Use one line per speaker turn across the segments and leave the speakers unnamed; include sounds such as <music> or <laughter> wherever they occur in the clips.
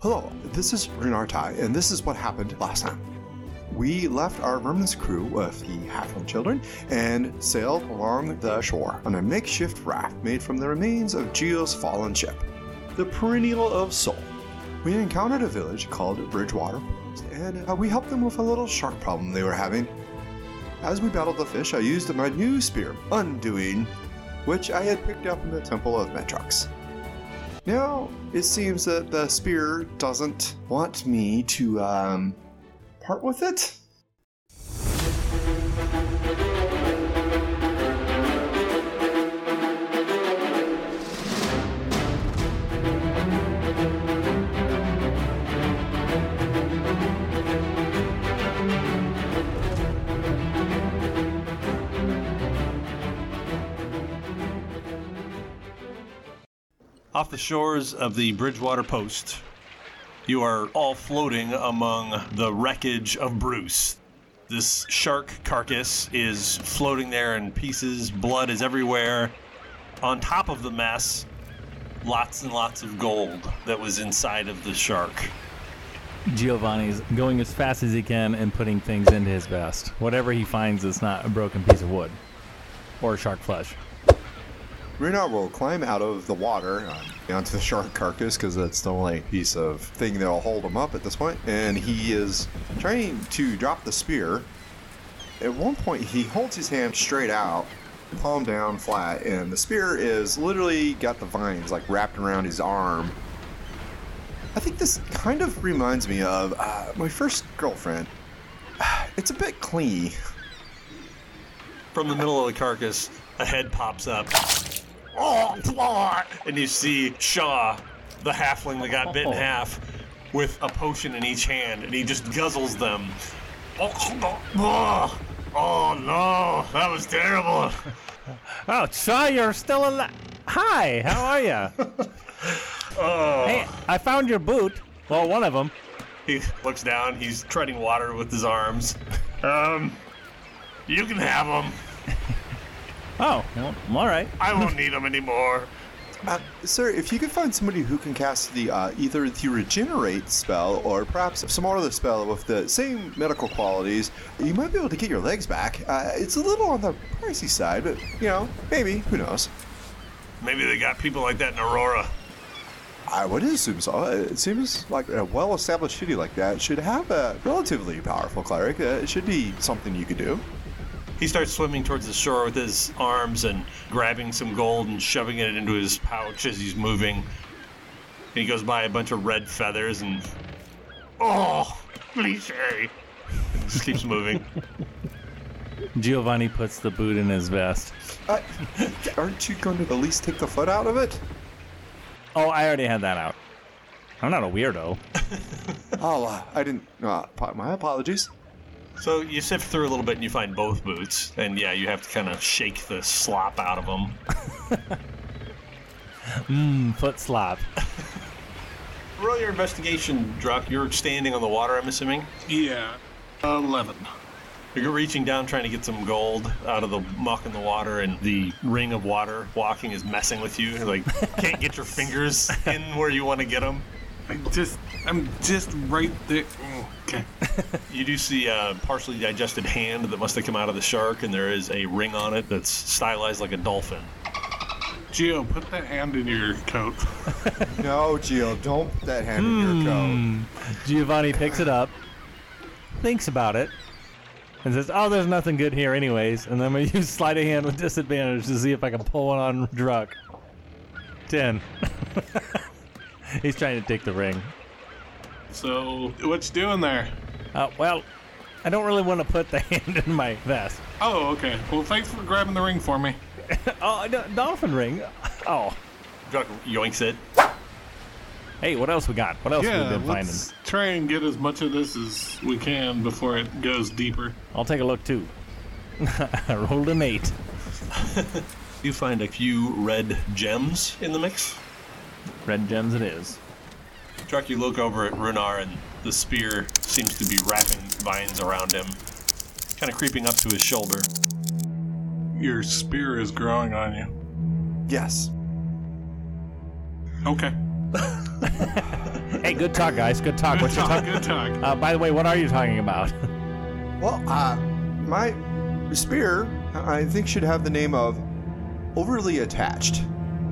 Hello, this is Renartai, and this is what happened last time. We left our verminous crew of the halfling children and sailed along the shore on a makeshift raft made from the remains of Geo's fallen ship, the Perennial of Soul. We encountered a village called Bridgewater, and uh, we helped them with a little shark problem they were having. As we battled the fish, I used my new spear, Undoing, which I had picked up in the Temple of Metrox. Now, it seems that the spear doesn't want me to um, part with it.
Off the shores of the Bridgewater Post, you are all floating among the wreckage of Bruce. This shark carcass is floating there in pieces, blood is everywhere. On top of the mess, lots and lots of gold that was inside of the shark.
Giovanni's going as fast as he can and putting things into his vest. Whatever he finds that's not a broken piece of wood or shark flesh.
Renar will climb out of the water uh, onto the shark carcass because that's the only piece of thing that'll hold him up at this point, and he is trying to drop the spear. At one point, he holds his hand straight out, palm down flat, and the spear is literally got the vines like wrapped around his arm. I think this kind of reminds me of uh, my first girlfriend. <sighs> It's a bit clingy.
From the middle of the carcass, a head pops up. Oh, blah! And you see Shaw, the halfling that got bit in half, with a potion in each hand, and he just guzzles them. Oh, blah! Oh, no, that was terrible.
Oh, Shaw, you're still alive. Hi, how are you? Hey, I found your boot. Well, one of them.
He looks down. He's treading water with his arms. Um, you can have them.
Oh, well, all right.
I won't need them anymore.
Uh, sir, if you could find somebody who can cast the uh, either the regenerate spell or perhaps some other spell with the same medical qualities, you might be able to get your legs back. Uh, it's a little on the pricey side, but you know, maybe who knows?
Maybe they got people like that in Aurora.
I would assume so. It seems like a well-established city like that should have a relatively powerful cleric. Uh, it should be something you could do.
He starts swimming towards the shore with his arms and grabbing some gold and shoving it into his pouch as he's moving. And he goes by a bunch of red feathers and. Oh, cliche! Just keeps moving.
Giovanni puts the boot in his vest.
Uh, <laughs> aren't you going to at least take the foot out of it?
Oh, I already had that out. I'm not a weirdo.
Oh, uh, I didn't. Uh, po- my apologies.
so you sift through a little bit and you find both boots. And yeah, you have to kind of shake the slop out of them.
Mm, foot slap.
Roll your investigation, Druck. You're standing on the water, I'm assuming.
Yeah. 11.
You're reaching down trying to get some gold out of the muck in the water, and the ring of water walking is messing with you. Like, can't get your fingers in where you want to get them.
I just, I'm just right there. Mm, Okay.
You do see a partially digested hand that must have come out of the shark, and there is a ring on it that's stylized like a dolphin.
Gio, put that hand in your coat.
No, Gio, don't put that hand in your coat.
Giovanni picks it up, thinks about it, and says, "Oh, there's nothing good here, anyways." And then we <laughs> use sleight of hand with disadvantage to see if I can pull one on Druck. Ten. <laughs> He's trying to take the ring.
So, what's doing there?
Uh, well, I don't really want to put the <laughs> hand in my vest.
Oh, okay. Well, thanks for grabbing the ring for me.
Oh, a do- dolphin ring. Oh,
Druck yoinks it.
hey, what else we got? What else
yeah,
we been finding?
let's try and get as much of this as we can before it goes deeper.
I'll take a look too. <laughs> I rolled an eight.
You find a few red gems in the mix.
Red gems, it is.
Druck, you look over at Runar, and the spear seems to be wrapping vines around him, kind of creeping up to his shoulder.
Your spear is growing on you.
Yes.
Okay.
Hey, good talk, guys. Good talk. What's your
talk,
talk?
good talk.
Uh, by the way, what are you talking about? <laughs>
Well, uh, my spear, I think, should have the name of Overly Attached.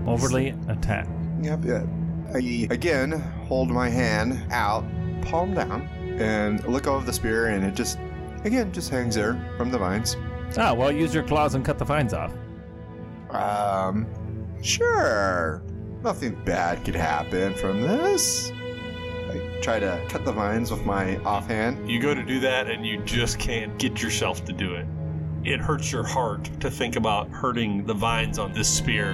Overly attacked.
Yep, yep. I again hold my hand out, palm down, and look over the spear, and it just, again, just hangs there from the vines.
Ah, well, use your claws and cut the vines off.
Um, sure. Nothing bad could happen from this. I try to cut the vines with my offhand.
You go to do that and you just can't get yourself to do it. It hurts your heart to think about hurting the vines on this spear.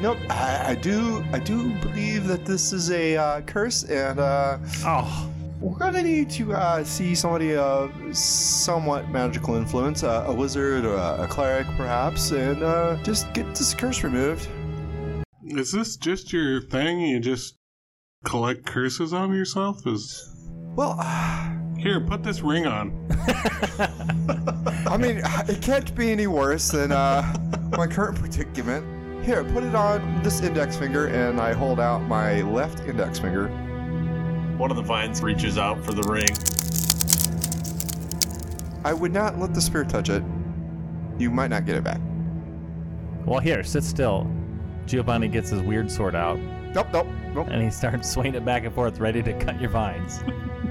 Nope, I, I do, I do believe that this is a uh, curse, and uh,
Oh,
We're gonna need to uh, see somebody of somewhat magical influence, uh, a wizard or a, a cleric perhaps, and uh, just get this curse removed.
Is this just your thing? You just collect curses on yourself? Is
Well, I
here, put this ring on.
mean, it can't be any worse than uh, my current predicament. Here, put it on this index finger, and I hold out my left index finger.
One of the vines reaches out for the ring.
I would not let the spear touch it. You might not get it back.
well, here, sit still. Giovanni gets his weird sword out
Nope, nope, nope.
and he starts <laughs> swinging it back and forth, ready to cut your <laughs> vines.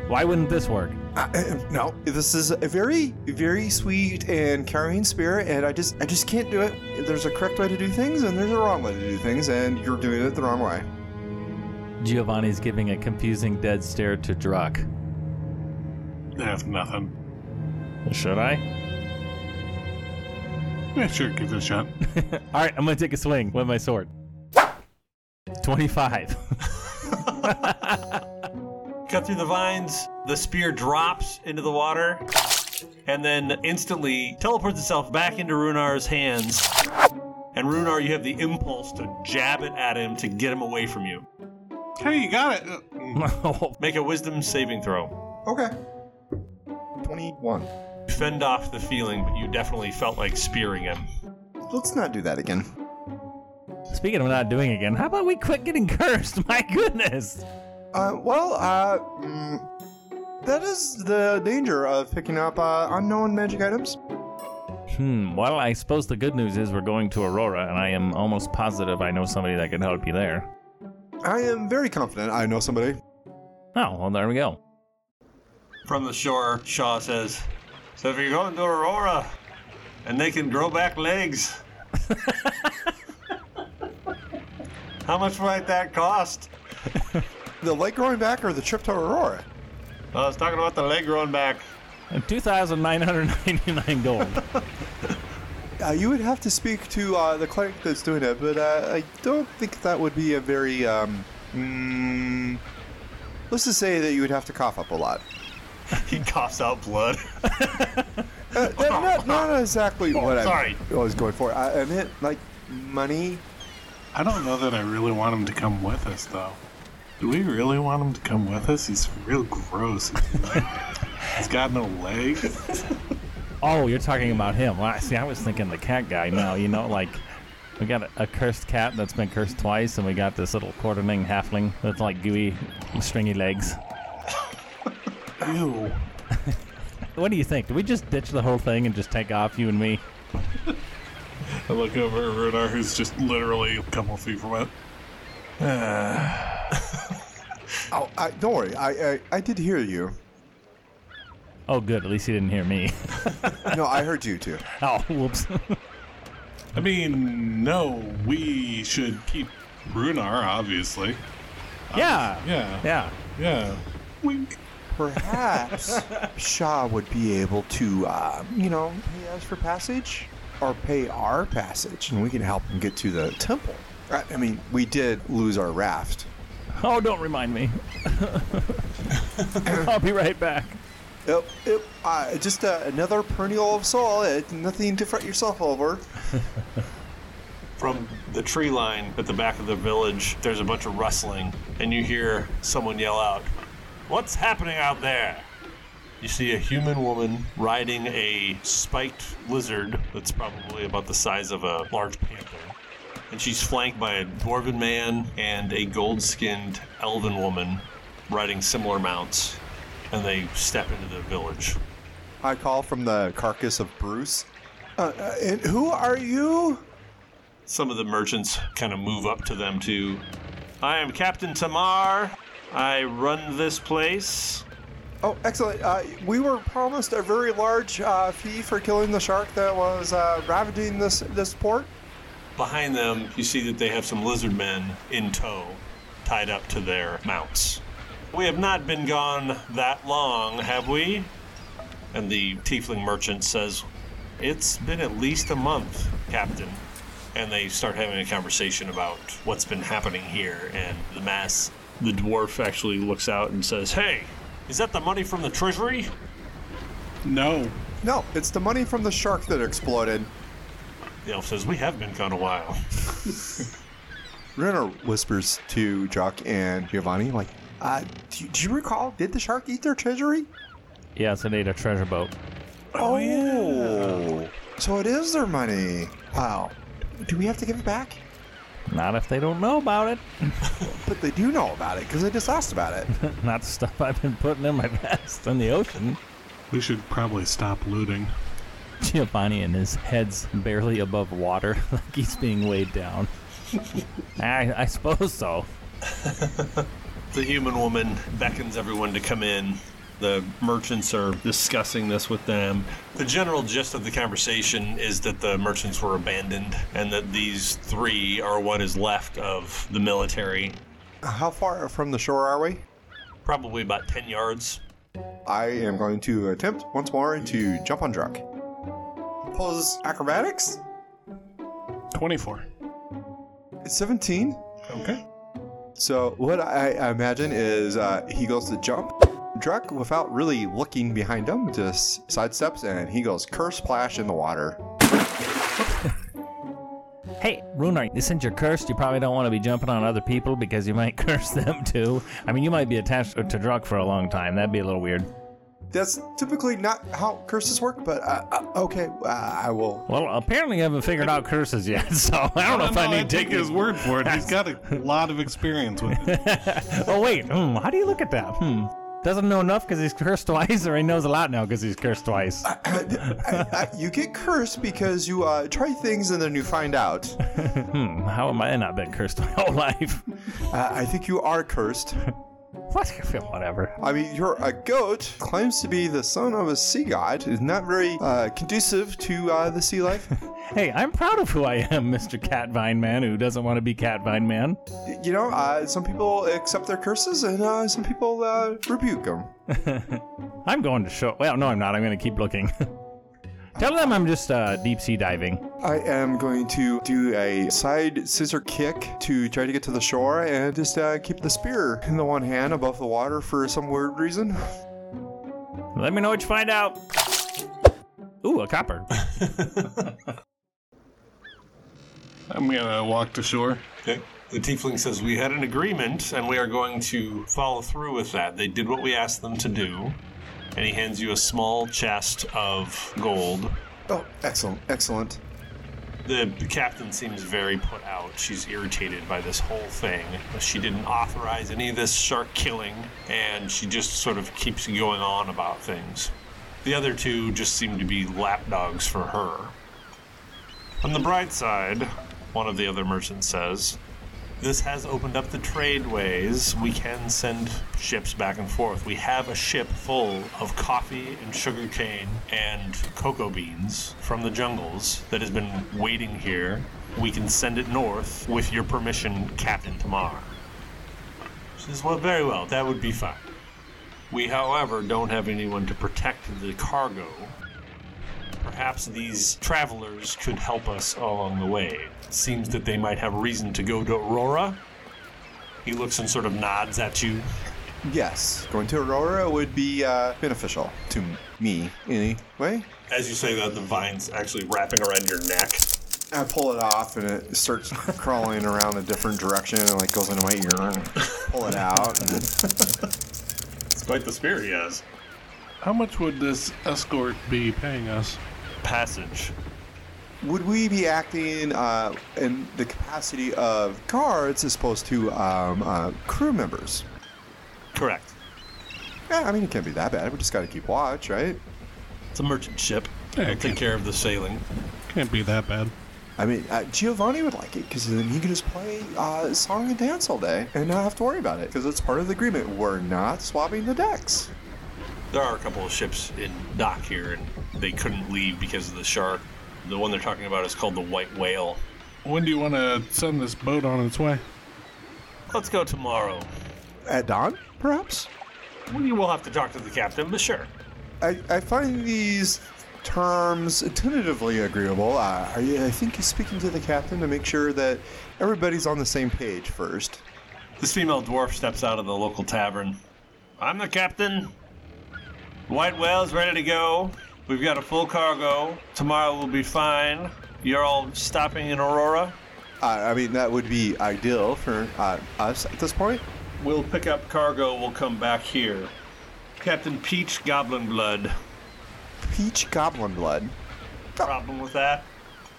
Why wouldn't this work?
Uh, no, this is a very, very sweet and caring spirit, and I just, I just can't do it. There's a correct way to do things, and there's a wrong way to do things, and you're doing it the wrong way.
Giovanni's giving a confusing dead stare to Druck.
That's nothing.
Should I?
Yeah, sure, give it a shot.
All right, I'm gonna take a swing with my sword. Twenty-five. <laughs>
Cut through the vines, the spear drops into the water, and then instantly teleports itself back into Runar's hands. And Runar, you have the impulse to jab it at him to get him away from you.
Hey, you got it. Uh,
Make a wisdom saving throw.
Okay. Twenty-one.
Fend off the feeling, but you definitely felt like spearing him.
Let's not do that again.
Speaking of not doing again, how about we quit getting cursed? <laughs> My goodness.
Uh, well, uh, mm, that is the danger of picking up uh, unknown magic items.
Hmm. Well, I suppose the good news is we're going to Aurora, and I am almost positive I know somebody that can help you there.
I am very confident I know somebody.
Oh, well, there we go.
From the shore, Shaw says, So if you're going to Aurora and they can grow back legs, how much might that cost?
The leg growing back or the trip to Aurora?
I was talking about the leg growing back.
Two thousand nine hundred ninety-nine gold.
Uh, you would have to speak to uh, the cleric that's doing it, but uh, I don't think that would be a very. Um, mm, let's just say that you would have to cough up a lot.
He coughs out blood.
Uh, that- not, not exactly what I
sorry.
was going for. I, I meant like money.
I don't know that I really want him to come with us, though. Do we really want him to come with us? He's real gross. <laughs> He's got no legs.
Oh, you're talking about him. Well, I- see, I was thinking the cat guy. No, you know, like we got a, a cursed cat that's been cursed twice, and we got this little quarterling halfling with like gooey, stringy legs.
Ew.
What do you think? Do we just ditch the whole thing and just take off, you and me?
I look over at Rudar, who's just literally a couple feet from it.
Oh, I, don't worry. I, I I did hear you.
Oh, good. At least he didn't hear me. <laughs>
No, I heard you too.
oh, whoops. <laughs>
I mean, no, we should keep Runar, obviously.
yeah.
Yeah.
Yeah.
Yeah. Wink.
Perhaps <laughs> Shaw would be able to, uh, you know, pay us for passage or pay our passage, and we can help him get to the temple. I, I mean, we did lose our raft.
Oh, don't remind me. I'll be right back.
Yep, yep. Uh, just uh, another perennial of soul. It, nothing to fret yourself over.
From the tree line at the back of the village, there's a bunch of rustling, and you hear someone yell out, What's happening out there? You see a human woman riding a spiked lizard that's probably about the size of a large panther. And she's flanked by a dwarven man and a gold skinned elven woman riding similar mounts, and they step into the village.
I call from the carcass of Bruce. Uh, uh, and who are you?
Some of the merchants kind of move up to them too. I am Captain Tamar. I run this place.
Oh, excellent. Uh, we were promised a very large uh, fee for killing the shark that was uh, ravaging this, this port.
Behind them, you see that they have some lizard men in tow, tied up to their mounts. We have not been gone that long, have we? And the tiefling merchant says, It's been at least a month, Captain. And they start having a conversation about what's been happening here. And the mass, the dwarf actually looks out and says, Hey, is that the money from the treasury?
No.
No, it's the money from the shark that exploded.
The elf says, We have been gone
<laughs>
a while.
Renner whispers to Jock and Giovanni, like, uh, do, do you recall, did the shark eat their treasury?
Yes, I need a treasure boat.
Oh, So it is their money. Wow. Do we have to give it back?
Not if they don't know about it.
But they do know about it because they just asked about it.
Not the stuff I've been putting in my <laughs> vest in the ocean.
We should probably stop looting.
Giovanni and his head's barely above water, <laughs> like he's being weighed down. I, I suppose so.
The human woman beckons everyone to come in. The merchants are discussing this with them. The general gist of the conversation is that the merchants were abandoned and that these three are what is left of the military.
How far from the shore are we?
Probably about 10 yards.
I am going to attempt once more to jump on Druck. Pulls acrobatics?
24.
It's 17.
Okay.
So what I, I imagine is uh, he goes to jump. Druck, without really looking behind him, just sidesteps and he goes curse splash in the water.
Hey, Runar, since you're cursed, you probably don't want to be jumping on other people because you might <laughs> curse them too. I mean, you might be attached to Druk for a long time. That'd be a little weird.
That's typically not how curses work, but uh, uh, okay, uh, I will. <laughs>
Well, apparently you haven't figured out curses yet, <laughs> so I don't know if I need to
take his word for it.
<laughs>
He's got a lot of experience with it.
Oh wait, hmm, how do you look at that? Hmm. Doesn't know enough because he's cursed <laughs> twice, or he knows a lot now because he's cursed twice.
I, I, you get cursed because you uh, try things and then you find out. Uh,
Hmm, how am I not been cursed <laughs> my whole life?
Uh, I think you are cursed.
What? Whatever.
I mean, you're a goat, claims to be the son of a sea god, is not very uh, conducive to uh, the sea life.
Hey, I'm proud of who I am, <laughs> Mr. Catvine Man, who doesn't want to be Catvine Man.
you know, uh, some people accept their curses and uh, some people uh, rebuke them.
I'm going to show. Well, no, I'm not. I'm going to keep looking. <laughs> Tell them I'm just uh, deep sea diving.
I am going to do a side scissor kick to try to get to the shore and just uh, keep the spear in the one hand above the water for some weird reason.
Let me know what you find out. Ooh, a copper. <laughs>
I'm gonna walk to shore.
Okay. The tiefling says, We had an agreement and we are going to follow through with that. They did what we asked them to do. And he hands you a small chest of gold.
Oh, excellent, excellent.
The captain seems very put out. She's irritated by this whole thing. She didn't authorize any of this shark killing, and she just sort of keeps going on about things. The other two just seem to be lapdogs for her. On the bright side, one of the other merchants says, This has opened up the tradeways. We can send ships back and forth. We have a ship full of coffee and sugarcane and cocoa beans from the jungles that has been waiting here. We can send it north with your permission, Captain Tamar. She says, Well, very well, that would be fine. We, however, don't have anyone to protect the cargo. Perhaps these travelers could help us along the way. It seems that they might have reason to go to Aurora. He looks and sort of nods at you.
Yes, going to Aurora would be uh, beneficial to me anyway.
As you say that, the vine's actually wrapping around your neck.
I pull it off and it starts <laughs> crawling around a different direction and like goes into my ear and pull it out.
It's quite the spear he has.
How much would this escort be paying us?
Passage.
Would we be acting uh, in the capacity of guards as opposed to um, uh, crew members?
Correct.
Yeah, I mean, it can't be that bad. We just got to keep watch, right?
It's a merchant ship.
Yeah, it
They'll take
can-
care of the sailing.
Can't be that bad.
I mean, uh, Giovanni would like it because then he can just play uh, song and dance all day and not have to worry about it because it's part of the agreement. We're not swapping the decks.
There are a couple of ships in dock here, and they couldn't leave because of the shark. The one they're talking about is called the White Whale.
When do you want to send this boat on its way?
Let's go tomorrow.
At dawn, perhaps?
We will have to talk to the captain, but sure.
I, I find these terms tentatively agreeable. Uh, I, I think he's speaking to the captain to make sure that everybody's on the same page first.
This female dwarf steps out of the local tavern. I'm the captain. White whale's ready to go. We've got a full cargo. Tomorrow will be fine. You're all stopping in Aurora.
Uh, I mean, that would be ideal for uh, us at this point.
We'll pick up cargo. We'll come back here. Captain Peach Goblin Blood.
Peach Goblin Blood.
Problem with that?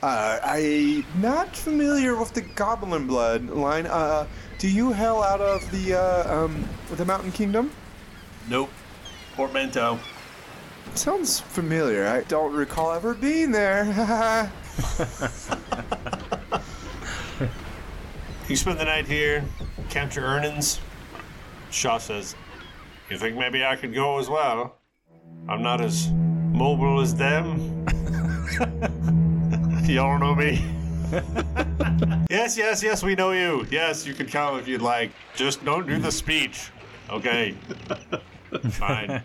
Uh, I not familiar with the Goblin Blood line. Uh, do you hail out of the uh, um, the Mountain Kingdom?
Nope. Portmanteau.
Sounds familiar. I don't recall ever being there. <laughs>
You spend the night here, count your earnings. Shaw says, You think maybe I could go as well? I'm not as mobile as them. <laughs> Y'all know me. <laughs> yes, yes, yes, we know you. Yes, you can come if you'd like. Just don't do the speech. Okay. Fine.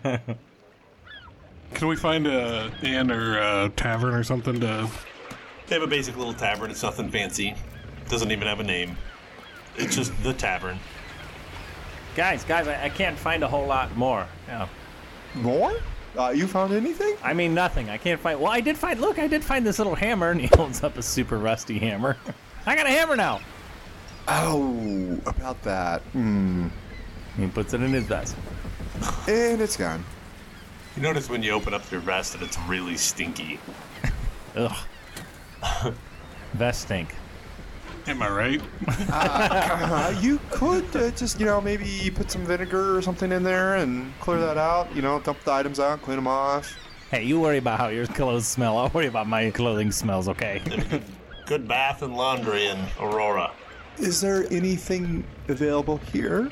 Can we find a inn or a tavern or something to?
They have a basic little tavern. It's nothing fancy. Doesn't even have a name. It's just the tavern.
Guys, guys, I, I can't find a whole lot more. Yeah.
More? Uh, you found anything?
I mean, nothing. I can't find. Well, I did find. Look, I did find this little hammer, and he <laughs> holds up a super rusty hammer. <laughs> I got a hammer now.
Oh, about that. Hmm.
He puts it in his vest.
And it's gone.
You notice when you open up your vest that it's really stinky.
Ugh. <coughs> vest stink.
Am I right?
Uh, you could uh, just, you know, maybe put some vinegar or something in there and clear that out. You know, dump the items out, clean them off.
Hey, you worry about how your clothes smell. I'll worry about my clothing smells. Okay. <coughs>
Good bath and laundry in Aurora.
Is there anything available here?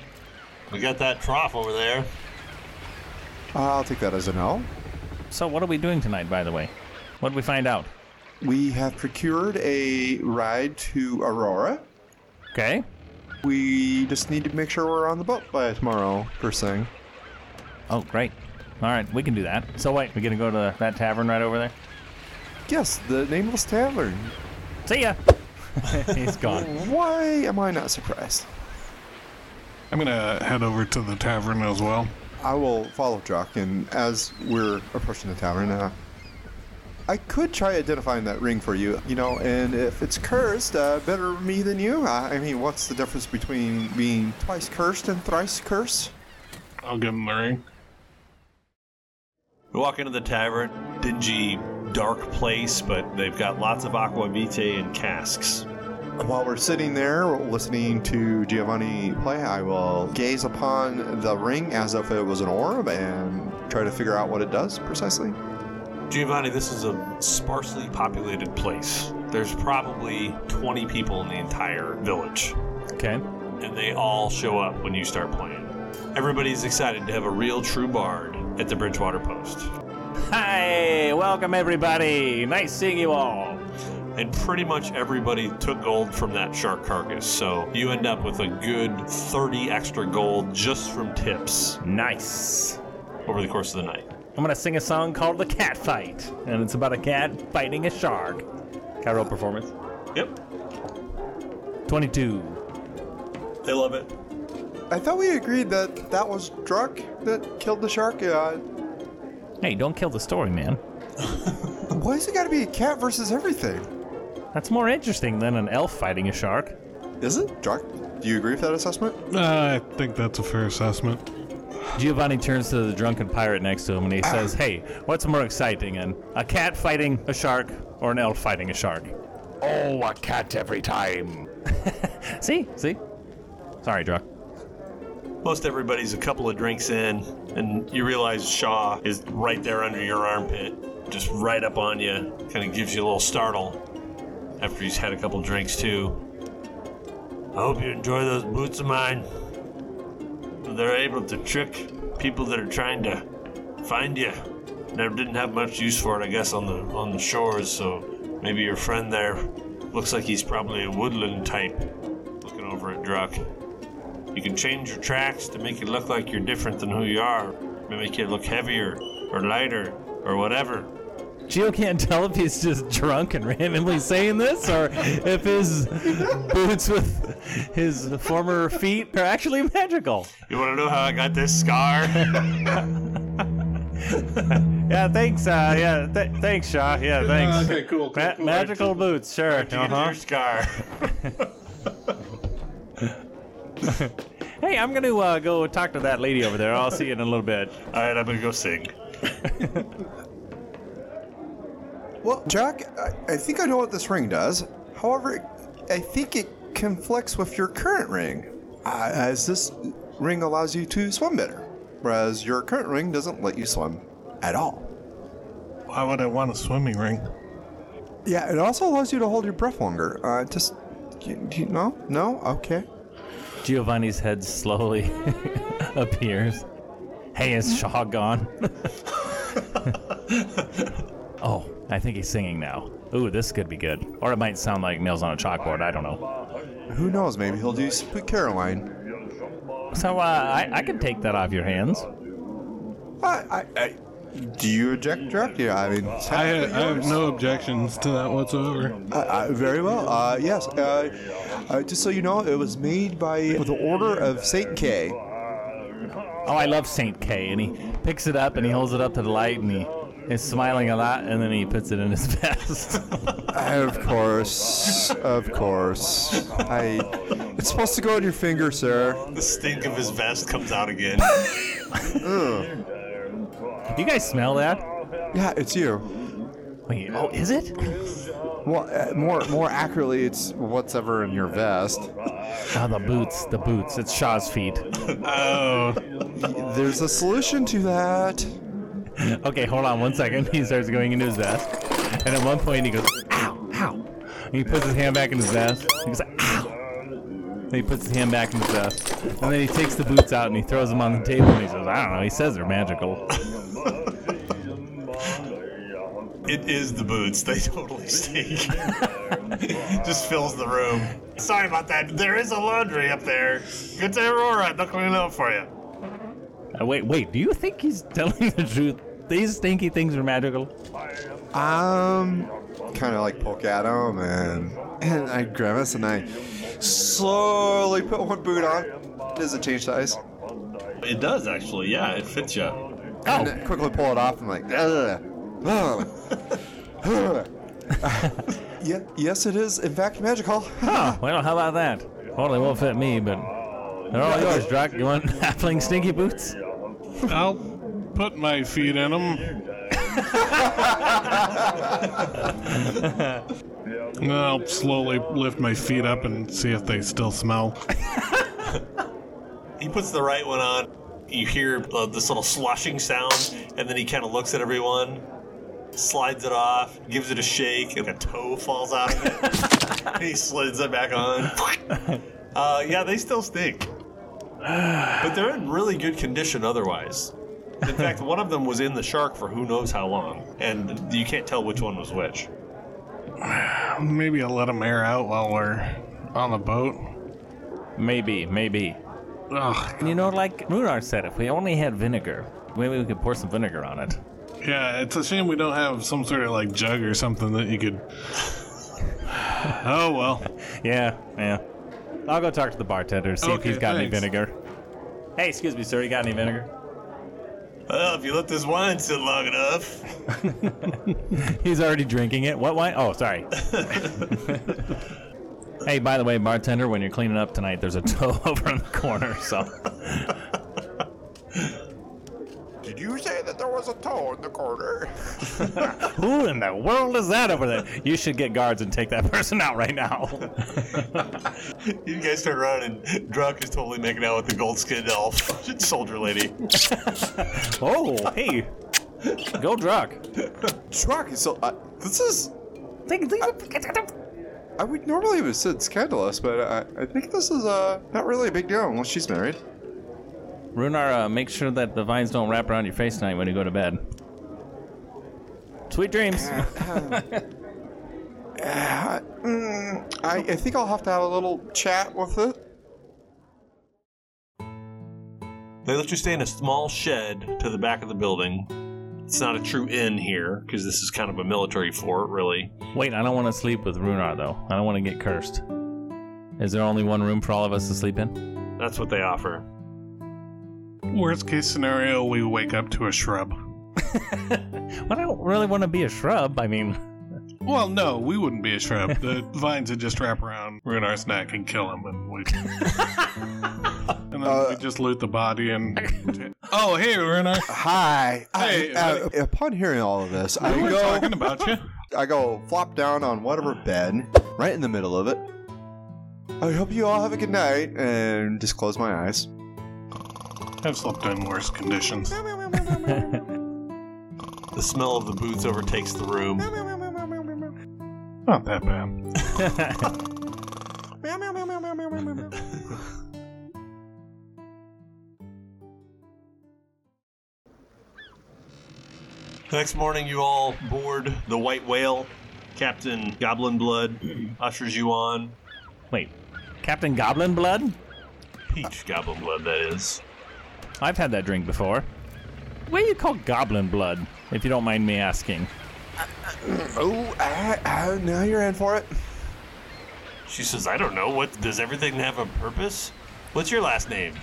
We got that trough over there.
I'll take that as a no.
so, what are we doing tonight, by the way? What did we find out?
We have procured a ride to Aurora.
Okay.
We just need to make sure we're on the boat by tomorrow, first thing.
Oh, great. All right, we can do that. So, wait, we gonna go to that tavern right over there?
Yes, the Nameless Tavern.
See ya. <laughs> He's gone.
Why am I not surprised?
I'm gonna head over to the tavern as well.
I will follow Jock, and as we're approaching the tavern, uh, I could try identifying that ring for you, you know, and if it's cursed, uh, better me than you. Uh, I mean, what's the difference between being twice cursed and thrice cursed?
I'll give him the ring.
We walk into the tavern, dingy, dark place, but they've got lots of aqua vitae and casks.
While we're sitting there listening to Giovanni play, I will gaze upon the ring as if it was an orb and try to figure out what it does precisely.
Giovanni, this is a sparsely populated place. There's probably 20 people in the entire village,
Okay.
and they all show up when you start playing. Everybody's excited to have a real true bard at the Bridgewater Post.
Hi, welcome everybody. Nice seeing you all.
And pretty much everybody took gold from that shark carcass, so you end up with a good 30 extra gold just from tips
Nice.
over the course of the night.
I'm gonna sing a song called "The Cat Fight," and it's about a cat fighting a shark. Cat roll performance.
Yep,
Twenty-two.
they love it.
I thought we agreed that that was Druck that killed the shark. Uh,
Hey, don't kill the story, man.
why has it got to be a cat versus everything?
That's more interesting than an elf fighting a shark.
Is it? Druck, do you agree with that assessment?
Uh, I think that's a fair assessment.
Giovanni turns to the drunken pirate next to him and he says, "Hey, what's more exciting, than a cat fighting a shark or an elf fighting a shark?"
Oh, a
<laughs>
cat every time.
See, see. Sorry, Druck.
Most everybody's a couple of drinks in, and you realize Shaw is right there under your armpit, just right up on you. Kind of gives you a little startle after he's had a couple drinks, too. I hope you enjoy those boots of mine. They're able to trick people that are trying to find you. Never didn't have much use for it, I guess, on the on the shores. So maybe your friend there looks like he's probably a woodland type. Looking over at Druck, you can change your tracks to make it look like you're different than who you are. Maybe make it look heavier or lighter or whatever.
Geo can't tell if he's just drunk and randomly saying this, or if his boots with his former feet are actually magical.
You want to know how I got this scar?
Yeah, thanks. Uh, yeah, th- thanks, Shaw. Yeah, thanks.
okay, cool. cool,
Ma-
cool.
magical boots, sure.
You get
Uh-huh.
your scar.
Hey, I'm gonna uh, go talk to that lady over there. I'll see you in a little bit.
All right, I'm gonna go sing.
Well, Jack, I, I think I know what this ring does. However, I think it conflicts with your current ring, uh, as this ring allows you to swim better, whereas your current ring doesn't let you swim at all.
Why would I want a swimming ring?
Yeah, it also allows you to hold your breath longer. Uh, just, you, you, no, no, okay.
Giovanni's head slowly <laughs> appears. Hey, is Shaw gone? <laughs> oh, I think he's singing now. Ooh, this could be good. Or it might sound like nails on a chalkboard. I don't know.
Who knows? Maybe he'll do Sweet Caroline.
So uh, I, I can take that off your hands.
I, I, I, do you object, Jack? Yeah, I mean, it's
I, uh,
half of
I have
yours.
no objections to that whatsoever.
Uh, uh, very well. Uh, yes. Uh, uh, just so you know, it was made by the Order of Saint Kay.
Oh, I love Saint K. And he picks it up and he holds it up to the light and he is smiling a lot and then he puts it in his <laughs> vest.
Of course, of course. I. It's supposed to go on your finger, sir.
The stink of his vest comes out again.
Do you guys smell that?
Yeah, it's you.
Wait, oh, is it?
Well, uh, more more accurately, it's what's ever in your vest.
Oh, the boots, the boots. It's Shaw's feet.
Oh,
There's a solution to that.
Okay, hold on one second. <laughs> He starts going into his vest. And at one point he goes, ow, ow. And he puts his hand back in his vest. He goes, ow. And he puts his hand back in his vest. And then he takes the boots out and he throws them on the table and he says, I don't know, he says they're magical.
It is the boots. They totally stink. <laughs> Just fills the room. Sorry about that. There is a laundry up there. Good to Aurora. They'll clean it up for you.
Uh, wait, wait, do you think he's <laughs> telling the truth? These stinky things are magical?
Um, kind of like poke at him, and and I grimace and I slowly put one boot on. Does it change size?
It does actually. Yeah, it fits you.
And then quickly pull it off. I'm like, "Ugh, <laughs> ugh, ugh." Ye- yes, it is. In fact, magical.
Huh, well, how about that? Well, they won't fit me, but they're all yours, Drac. You want <laughs> halfling stinky boots?
I'll put my feet in them. and I'll slowly lift my feet up and see if they still smell.
He puts the right one on. You hear uh, this little sloshing sound, and then he kind of looks at everyone, slides it off, gives it a shake, and a toe falls out of it. <laughs> and he slides it back <laughs> on. uh, yeah, they still stink. But they're in really good condition otherwise. <laughs> In fact, one of them was in the shark for who knows how long, and you can't tell which one was which.
Maybe I'll let them air out while we're on the boat.
Maybe, maybe.
Ugh.
You know, like Runar said, if we only had vinegar, maybe we could pour some vinegar on it.
Yeah, it's a shame we don't have some sort of like jug or something that you could. <sighs> oh well.
Yeah, yeah. I'll go talk to the bartender, see if
Okay,
he's got any
thanks.
vinegar. Hey, excuse me, sir, you got any vinegar?
Well, if you let this wine sit long enough,
<laughs> He's already drinking it. What wine? Oh, <laughs> sorry. hey, by the way, bartender, when you're cleaning up <laughs> tonight, there's a toe over in the corner, so.
<laughs> Did you say that there was a toe in the corner?
Who in the world is that over there? You should get guards and take
<laughs>
that person out right now.
You guys turn around and <laughs> Drunk is totally making out with the gold skinned elf <laughs> soldier lady.
Oh, hey. Go Druck.
Truck is so. Uh, this is. I would normally have said scandalous, but I, I think this is uh, not really a big deal unless she's married.
Runar, uh, make sure that the vines don't wrap around your face tonight when you go to bed. Sweet dreams.
Uh, mm, I, I think I'll have to have a little chat with it.
They let you stay in a small shed to the back of the building. It's not a true inn here because this is kind of a military fort, really.
Wait, I don't want to sleep with Runar though. I don't want to get cursed. Is there only one room for all of us to sleep in?
That's what they offer.
Worst case scenario, we wake up to a shrub.
Well, I don't really want to be a shrub. I mean,
Well, no, we wouldn't be a shrub. The <laughs> vines would just wrap around Runar's neck and kill him, and we. and then we just loot the body and. oh, hey, Runar.
Hi.
Hey,
I, uh, upon hearing all of this, I
We were
go,
talking about you.
I go flop down on whatever bed, right in the middle of it. I hope you all have a good night, and just close my eyes.
I've slept in worse conditions.
The smell of the boots overtakes the room.
Not that bad.
The next morning, you all board the White Whale. Captain Goblin Blood ushers you on.
wait, Captain Goblin Blood?
Peach Goblin Blood, that is.
I've had that drink before. What do you call Goblin Blood, if you don't mind me asking?
Oh, I, I, now you're in for it.
She says, I don't know. What does everything have a purpose? What's your last name?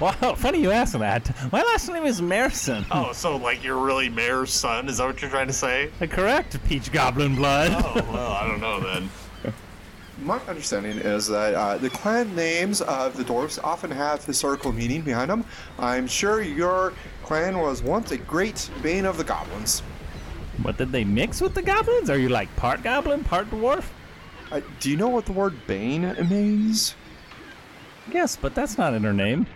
Well, <laughs> funny you ask that. My last name is Marison.
<laughs> Oh, so like you're really Mayor's son? Is that what you're trying to say?
Uh, Correct, Peach Goblin Blood.
Oh, well, I don't know then.
My understanding is that uh, the clan names of the dwarves often have historical meaning behind them. I'm sure your clan was once a great bane of the goblins.
What did they mix with the goblins? Are you like part goblin, part dwarf?
Uh, do you know what the word bane means?
Yes, but that's not in her name.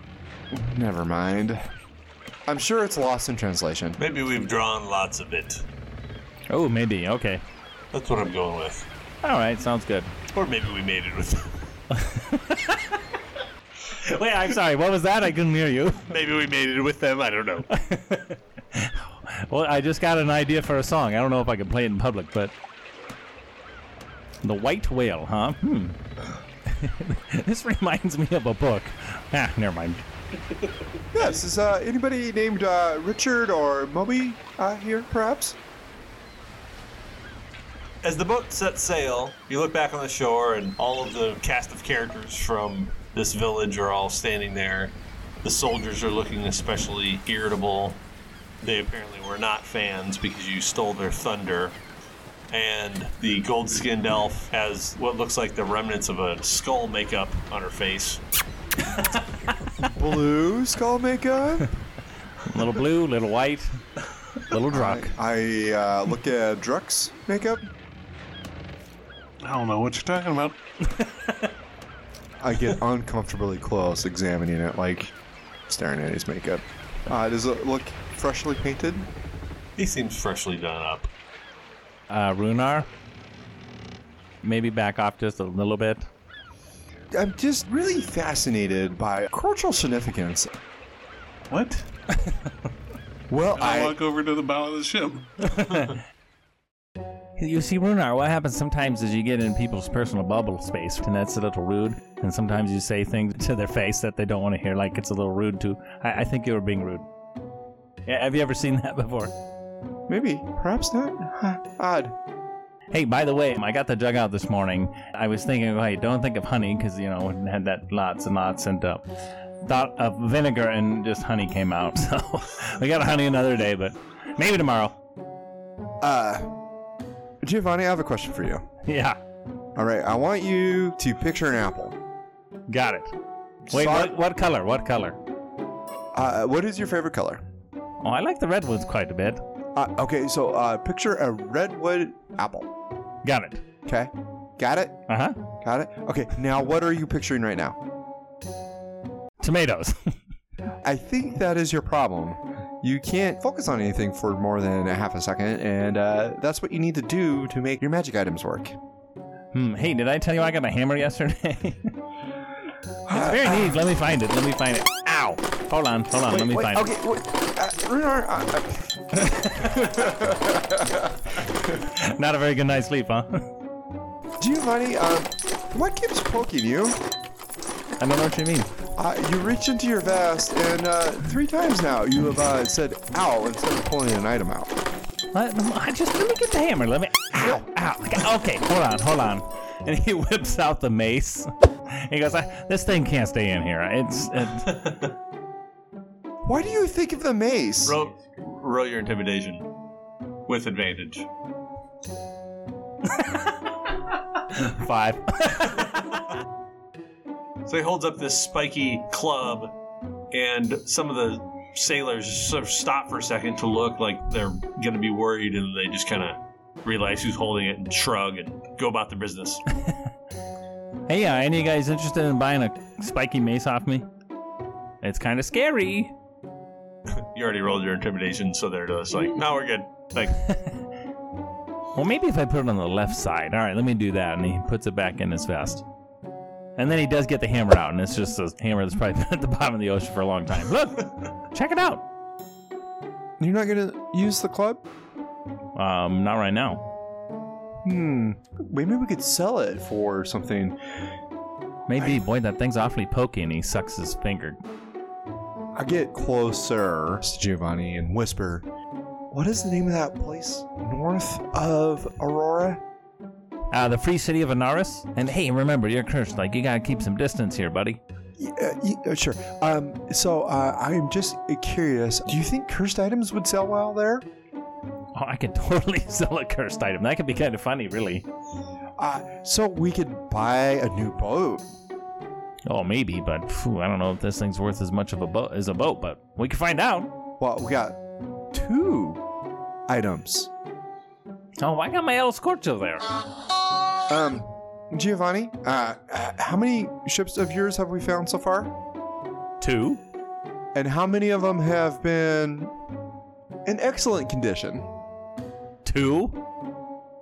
Never mind. I'm sure it's lost in translation.
Maybe we've drawn lots of it.
Oh, maybe. Okay.
That's what I'm going with.
All right, sounds good.
Or maybe we made it with. <laughs>
Wait, I'm sorry. What was that? I couldn't hear you.
Maybe we made it with them. I don't know.
Well, I just got an idea for a song. I don't know if I can play it in public, but the white whale, huh? Hmm. <laughs> this reminds me of a book. Ah, never mind.
Yes, is uh, anybody named uh, Richard or Moby uh, here, perhaps?
As the boat sets sail, you look back on the shore, and all of the cast of characters from this village are all standing there. The soldiers are looking especially irritable. They apparently were not fans because you stole their thunder. And the gold skinned elf has what looks like the remnants of a skull makeup on her face.
Blue skull <laughs> makeup?
Little blue, little white, little
I,
drunk.
I uh, look at Drux makeup.
I don't know what you're talking about.
I get uncomfortably close examining it, like staring at his makeup. Uh, does it look freshly painted?
He seems freshly done up.
Uh, Runar, maybe back off just a little bit.
I'm just really fascinated by cultural significance.
What?
Well,
I
I,
walk over to the bow of the ship.
You see, Runar, what happens sometimes is you get in people's personal bubble space, and that's a little rude. And sometimes you say things to their face that they don't want to hear, like it's a little rude to. I, I think you were being rude. Yeah, have you ever seen that <laughs> before?
maybe, perhaps not. Huh, Odd.
Hey, by the way, I got the jug out this morning. I was thinking, wait, don't think of honey because you know we had that lots and lots and uh, thought of vinegar and just honey came out. <laughs> So we got honey another day, but maybe tomorrow.
Uh, Giovanni, I have a question for you.
Yeah,
All right, I want you to picture an apple.
got it. Wait,
Sorry.
what, what color? What color?
Uh, what is your favorite color?
Oh, I like the red ones quite a bit.
Uh, okay, so uh, picture a redwood apple.
Got it.
Okay, got it,
Uh huh.
got it. Okay, now what are you picturing right now?
Tomatoes. <laughs>
I think that is your problem. You can't focus on anything for more than a half a second, and uh, that's what you need to do to make your magic items work.
hmm. Hey, did I tell you I got a hammer yesterday? <laughs> it's very neat. Let me find it. Let me find it. Ow. Hold on. Hold on. Let me
Wait,
find
okay, wait, uh, Runar, uh, uh,
it. Not a very good night's sleep, huh? <laughs>
Giovanni, um, what keeps poking you?
I don't know what you mean.
Uh, you reach into your vest, and uh, three times now you have uh, said "ow" instead of pulling an item out.
What? I just let me get the hammer. Let me. Ow, ow. Okay, Okay, hold on, hold on. And he <laughs> whips out the mace. He goes, "I- "This thing can't stay in here. It's <laughs> uh,
Why do you think of the mace?
Roll, roll your intimidation with advantage.
five. <laughs>
So he holds up this spiky club, and some of the sailors sort of stop for a second to look like they're going to be worried, and they just kind of realize who's holding it and shrug and go about their business.
Hey, uh, any of you guys interested in buying a spiky mace off me? It's kind of scary.
you already rolled your intimidation, so they're just like, no, we're good. Like,
Well, maybe if I put it on the left side. All right, let me do that. And he puts it back in his vest. And then he does get the hammer out, and it's just a hammer that's probably <laughs> been at the bottom of the ocean for a long time. Look, check it out.
You're not gonna use the club?
Um, not right now.
Hmm. Maybe we could sell it for something.
Maybe, boy, that thing's awfully pokey, and he sucks his finger
I get closer to Giovanni and whisper, "What is the name of that place north of Aurora?"
Uh, the free city of Anaris. And hey, remember, you're cursed. Like, you gotta keep some distance here, buddy.
Yeah, uh, y- uh, sure. Um. So uh, I'm just curious. Do you think cursed items would sell well there?
Oh, I could <laughs> totally sell a cursed item. That could be kind of funny, really.
Uh, so we could buy a new boat.
Oh, maybe, but phew, I don't know if this thing's worth as much of a boat as a boat. But we can find out.
Well, we got two items.
Oh, I got my El Scorcho there.
Um, Giovanni, uh, uh, how many ships of yours have we found so far?
Two.
And how many of them have been in excellent condition?
Two.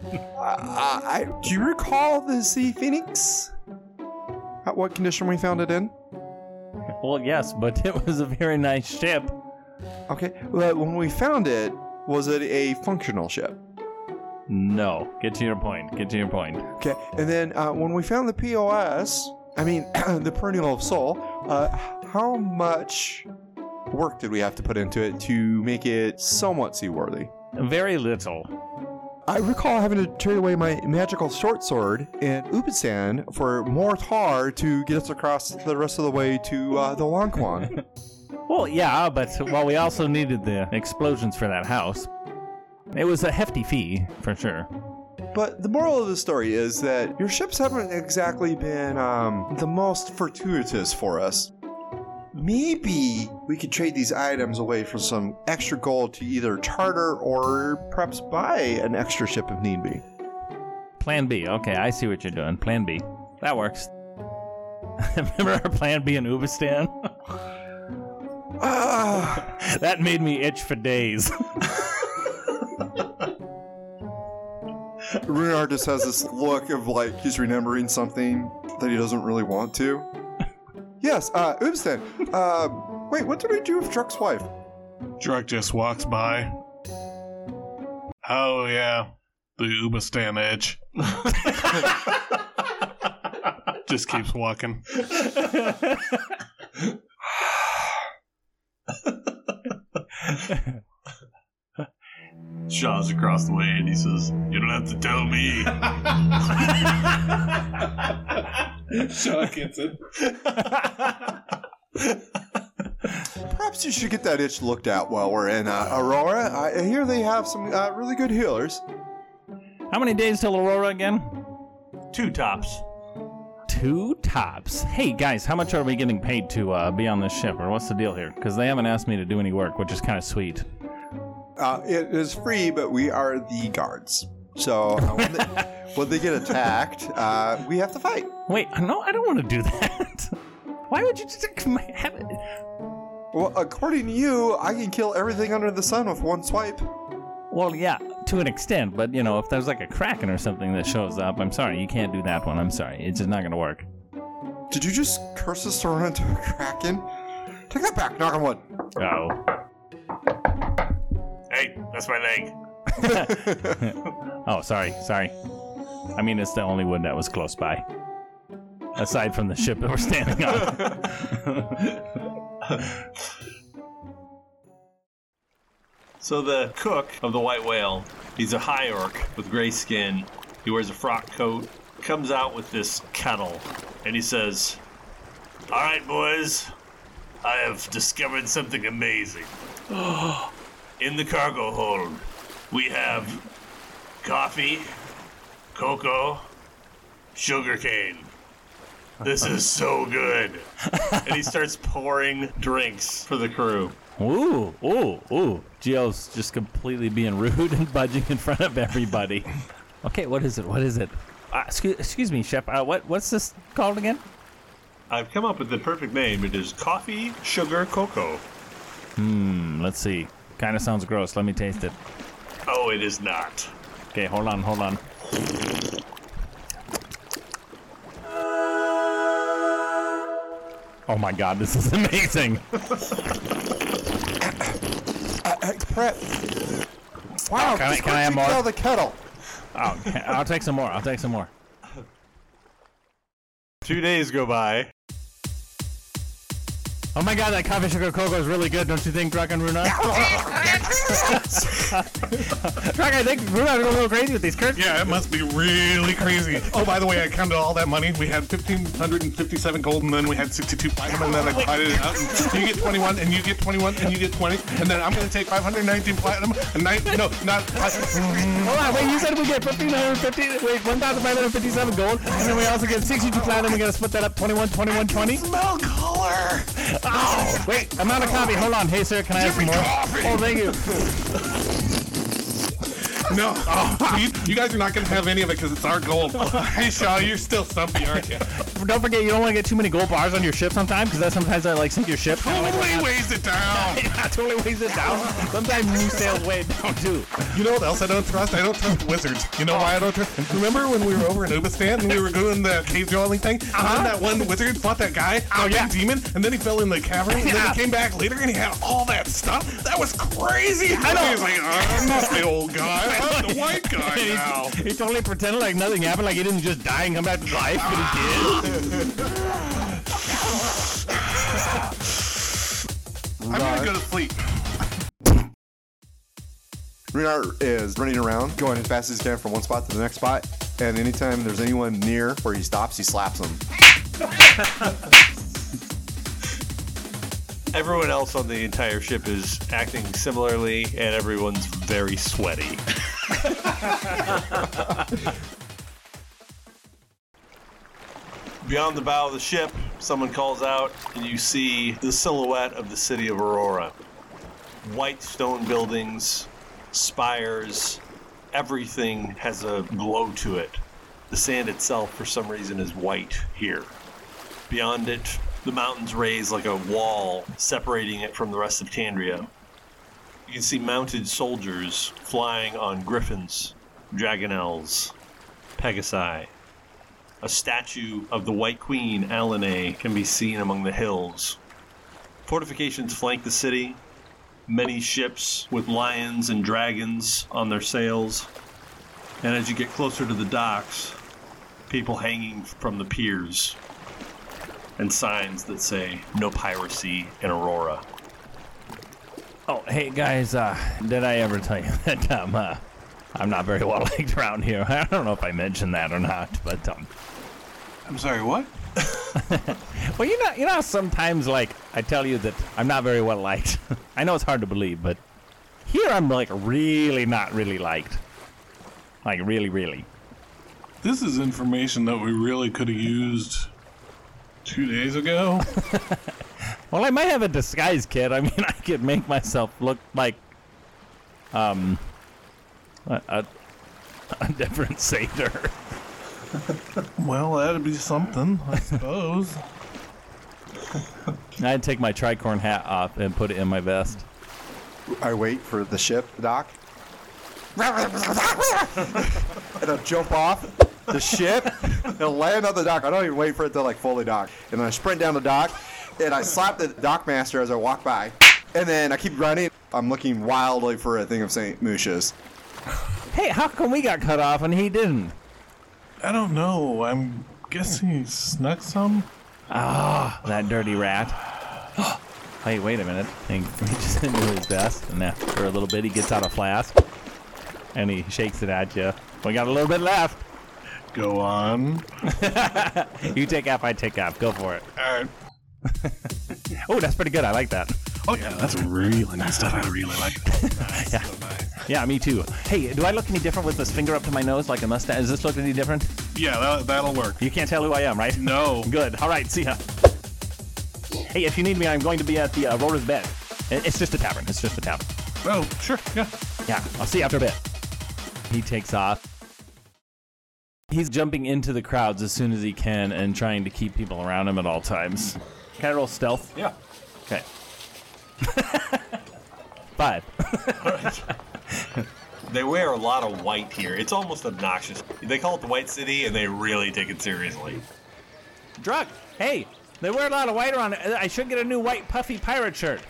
Uh, I, do you recall the Sea Phoenix? Uh, What condition we found it in?
Well, yes, but it was a very nice ship.
Okay, well, when we found it, was it a functional ship?
No. Get to your point. Get to your point.
Okay, and then uh, when we found the POS, I mean, <clears throat> the Perennial of Soul, uh, how much work did we have to put into it to make it somewhat seaworthy?
Very little.
I recall having to trade away my magical short sword in Ubisan for more tar to get us across the rest of the way to uh, the Lanquan.
Well, yeah, but well, we also needed the explosions for that house. It was a hefty fee for sure.
but the moral of the story is that your ships haven't exactly been um, the most fortuitous for us. Maybe we could trade these items away for some extra gold to either charter or perhaps buy an extra ship if need be. <sighs>
Plan B. Okay, I see what you're doing. Plan B. That works. <laughs> Remember our plan B in Ubistan? <laughs>
Ah!
that made me itch for days. <laughs>
Runar just has this look of like he's remembering something that he doesn't really want to. Yes, uh, oops then. Uh, wait, what did we do with Druck's wife?
Druk just walks by. Oh, yeah. The Ubistan Edge. just keeps walking.
Shaw's across the way, and he says, you don't have to tell me.
Shaw gets it.
Perhaps you should get that itch looked at while we're in uh, Aurora. I I hear they have some uh, really good healers.
How many days till Aurora again?
Two tops.
two tops. Hey guys, how much are we getting paid to uh, be on this ship, or what's the deal here? Because they haven't asked me to do any work, which is kind of sweet.
Uh, it is free, but we are the guards. So uh, when, they, when they get attacked, uh, we have to fight.
Wait, no, I don't want to do <laughs> that. Why would you just have it?
Well, according to you, I can kill everything under the sun with one swipe.
Well, yeah, to an extent, but you know, if there's like a kraken or something that shows up, I'm sorry, you can't do that one. I'm sorry, it's just not gonna work.
Did you just curse us around into a kraken? Take that back, knock on wood.
Oh,
Hey, that's my leg.
oh, sorry, sorry. I mean, it's the only wood that was close by, aside from the ship that we're standing on.
So the cook of the white whale, he's a high orc with gray skin. He wears a frock coat, comes out with this kettle, and he says, "All right, boys, I have discovered something amazing. <gasps> In the cargo hold, we have coffee, cocoa, sugarcane. This is so good." and he starts pouring drinks for the crew.
Ooh, ooh, ooh. Gio's just completely being rude <laughs> and budging in front of everybody. <laughs> Okay, what is it? What is it? Uh, excuse, excuse me, Shep. Uh, what what's this called again?
I've come up with the perfect name. It is coffee, sugar, cocoa.
Hmm, let's see. Kind of sounds gross. Let me taste it.
Oh, it is not.
Okay, hold on, hold on. Oh my god, this is <laughs> amazing.
Uh, uh, Brett. Wow,
Can I-
just
can I have
you
more?
out of the kettle.
Oh, <laughs> I'll take some more. I'll take some more.
Two days go by.
Oh my god, that coffee sugar cocoa is really good, don't you think, Druck
<laughs>
and Runar? Druck, I think Runar's going a little crazy with these curtains.
Yeah, it must be really crazy. Oh, by the way, I counted all that money. We had 1,557 gold, and then we had 62 platinum, and then I divided it out. And you get 21, and you get 21, and you get 20, and then I'm going to take 519 platinum, and nine, no, not, I,
Hold on, wait, you said we get 1,550, wait, 1,557 gold, and then we also get 62 platinum, we gotta split that up 21, 21, 20?
Smell color.
Oh, wait, I'm out of coffee, hold on, hey sir, can I have some more? Oh, thank you.
no. Oh, you, you guys are not going to have any of it because it's our gold. hey, Shaw, you're still stumpy, aren't you?
Don't forget, you don't wanna get too many gold bars on your ship sometimes, because that sometimes that like sink your ship. Oh
Totally weighs it down.
<laughs> Yeah, totally weighs it down. Sometimes new sales weigh it down too.
You know what else I don't trust? I don't trust wizards. You know why I don't trust? Remember when we were over in Ubistan and we were doing the cave dwelling thing? And then that one wizard fought that guy, oh
yeah.
demon, and then he fell in the cavern, and then
Yeah. <laughs>
he came back later and he had all that stuff. That was crazy. I
know.
He was like, I'm not the old guy. I'm the white guy
He-
now.
He totally pretended like nothing happened, like he didn't just die and come back to life, but
Ah.
he did.
I'm gonna go
<laughs>
to sleep.
Runar is running around, going as fast as he can from one spot to the next spot, and anytime there's anyone near where he stops, he slaps them.
Everyone else on the entire ship is acting similarly, and everyone's very sweaty. Beyond the bow of the ship, someone calls out, and you see the silhouette of the city of Aurora. White stone buildings, spires, everything has a glow to it. The sand itself, for some reason, is white here. Beyond it, the mountains raise like a wall separating it from the rest of Candria. You can see mounted soldiers flying on griffins, dragonels, pegasi. A statue of the White Queen, Alanae, can be seen among the hills. Fortifications flank the city. Many ships with lions and dragons on their sails. And as you get closer to the docks, people hanging from the piers and signs that say no piracy in Aurora.
Oh, hey guys, uh, did I ever tell you <laughs> that um, uh, I'm not very well liked around here? <laughs> I don't know if I mentioned that or not, but um,
I'm sorry, what?
well, you know, you know, how sometimes like I tell you that I'm not very well liked. <laughs> I know it's hard to believe, but here I'm like really not really liked, like really, really.
This is information that we really could have used two days ago.
Well, I might have a disguise kit. I <laughs> mean, I could make myself look like, um, a, a, a different satyr. <laughs>
well, that'd be something, I suppose. <laughs>
I'd take my tricorn hat off and put it in my vest.
I wait for the ship <laughs> dock. and I jump off the ship and I land on the dock. I don't even wait for it to like fully dock. And then I sprint down the dock and I slap the dock master as I walk by. And then I keep running. I'm looking wildly for a thing of St. Musha's.
Hey, how come we got cut off and he didn't?
I don't know. I'm guessing he snuck some.
That dirty rat. <gasps> hey, wait a minute. He <laughs> reaches into his vest, and after a little bit, he gets out a flask, and he shakes it at you. We got a little bit left.
Go on.
You take half, I take half. Go for it.
All right.
Oh, that's pretty good. I like that.
Oh yeah, that's really nice stuff. I really like it. Nice.
<laughs> Yeah.
So nice.
Yeah, me too. Hey, do I look any different with this finger up to my nose like a mustache? Does this look any different?
Yeah, that, that'll work.
You can't tell who I am, right? <laughs>
No.
Good. All right. See ya. Hey, if you need me, I'm going to be at the uh, Rotor's Bed. I- It's just a tavern. It's just a tavern.
Oh, sure. Yeah.
Yeah, I'll see you after a bit. He takes off. He's jumping into the crowds as soon as he can and trying to keep people around him at all times. Can I roll stealth?
Yeah.
Okay. <laughs> Five.
They wear a lot of white here. It's almost obnoxious. They call it the White City, and they really take it seriously.
Drug. Hey, they wear a lot of white around. I should get a new white puffy pirate shirt.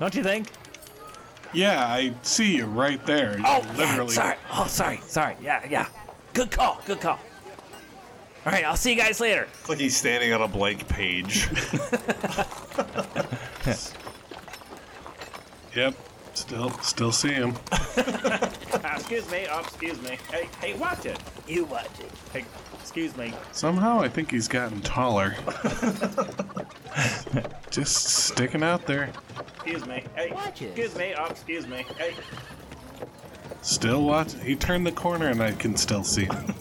Don't you think?
Yeah, I see you right there. You
Oh, yeah,
literally.
sorry. Oh, sorry. Sorry. Yeah, yeah. Good call. Good call. All right, I'll see you guys later.
It's like he's standing on a blank page.
Yep. Still, still see him.
Ah, excuse me. Oh, excuse me. Hey, hey, watch it. You watch it. Hey, excuse me.
Somehow, I think he's
<laughs>
gotten taller. Just sticking out there.
Excuse me. Hey,
Watch it.
excuse me. Oh, excuse me. Hey,
Still watch. He turned the corner, and I can still see him.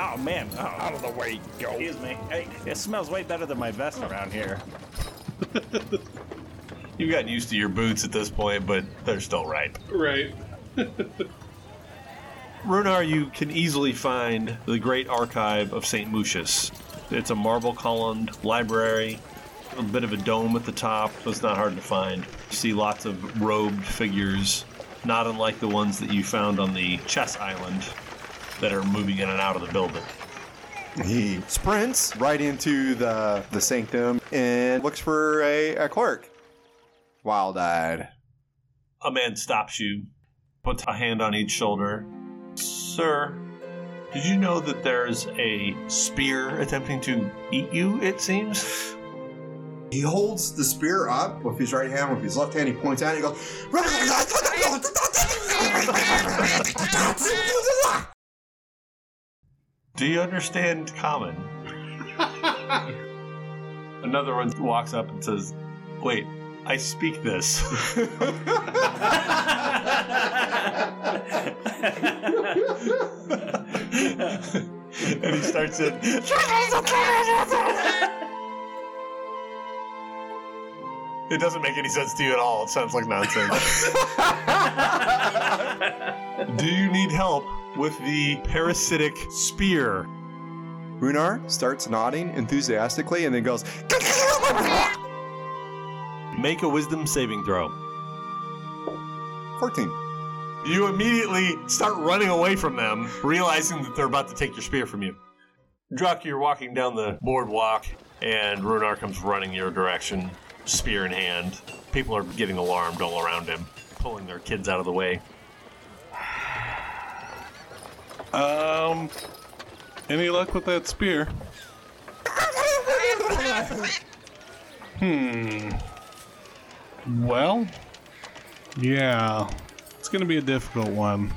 oh man. Oh, out of the way. Go. Excuse me. Hey, it smells way better than my vest around here.
You've gotten used to your boots at this point, but they're still ripe.
right.
<laughs> Runar, you can easily find the Great Archive of St. Mucius. It's a marble columned library, a bit of a dome at the top, so it's not hard to find. You see lots of robed figures, not unlike the ones that you found on the chess island that are moving in and out of the building.
He sprints right into the the sanctum and looks for a, a clerk. Wild eyed.
A man stops you, puts a hand on each shoulder. Sir, did you know that there's a spear attempting to eat you, it seems?
He holds the spear up with his right hand, with his left hand, he points at it and goes.
Do you understand common? Another one walks up and says, Wait, I speak this. and he starts it. It doesn't make any sense to you at all. It sounds like nonsense. Do you need help with the parasitic spear?
Runar starts nodding enthusiastically and then goes,
Make a wisdom saving throw.
14.
You immediately start running away from them, realizing that they're about to take your spear from you. Druck, you're walking down the boardwalk, and Runar comes running your direction, spear in hand. People are getting alarmed all around him, pulling their kids out of the way.
Um. Any luck with that spear? Hmm. Well. Yeah. It's gonna be a difficult one.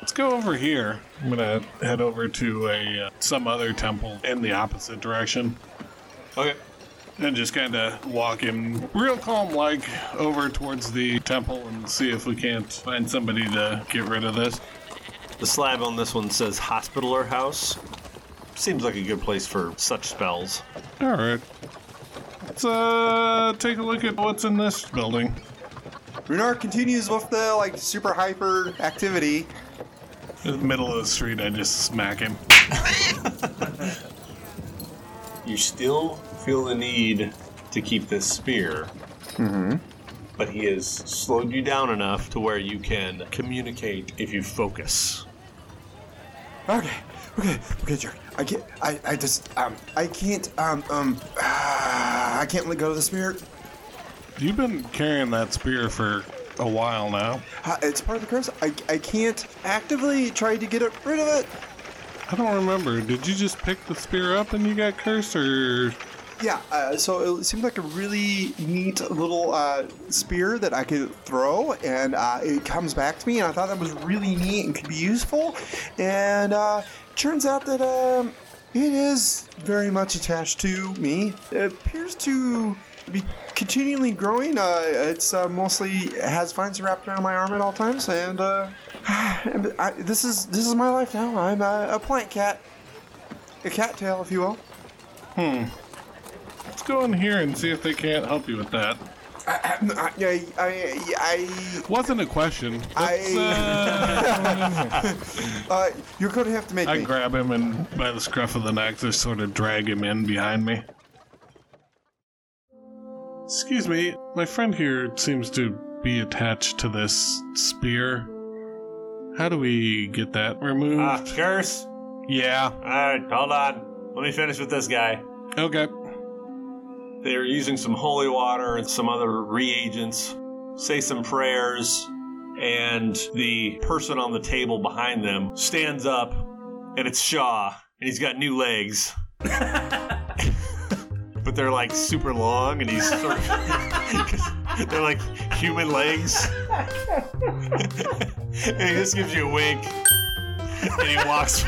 Let's go over here. I'm gonna head over to a uh, some other temple in the opposite direction. Okay. And just kind of walk him real calm like over towards the temple and see if we can't find somebody to get rid of this.
The slab on this one says hospital or house. Seems like a good place for such spells.
All right. Let's uh, take a look at what's in this building.
Runar continues with the like super hyper activity.
In the middle of the street, I just smack him.
You still feel the need to keep this spear. But he has slowed you down enough to where you can communicate if you focus.
Okay, okay, okay, Jerry. I can't. I, I just um I can't um um ah, I can't let go of the spirit.
You've been carrying that spear for a while now.
Ha- It's part of the curse. I I can't actively try to get it, rid of it.
I don't remember. Did you just pick the spear up and you got cursed, or
Yeah, uh, so it seemed like a really neat little uh, spear that I could throw, and uh, it comes back to me, and I thought that was really neat and could be useful. And uh, turns out that um, it is very much attached to me. It appears to be continually growing. Uh, it's uh, mostly has vines wrapped around my arm at all times, and uh, <sighs> I, this is this is my life now. I'm uh, a, a plant cat, a cattail, if you will.
let's go in here and see if they can't help you with that.
I, I, I, I
Wasn't a question. Let's, uh,
Uh, you're gonna have to make
I
me.
grab him and by the scruff of the neck, just sort of drag him in behind me. Excuse me, my friend here seems to be attached to this spear. How do we get that removed?
Ah, curse?
yeah.
Alright, hold on. Let me finish with this guy.
Okay.
They are using some holy water and some other reagents, say some prayers, and the person on the table behind them stands up, and it's Shaw, and he's got new legs. but they're like super long, and he's sort of. <laughs> 'cause they're like human legs. <laughs> and he just gives you a wink, and he walks. <laughs>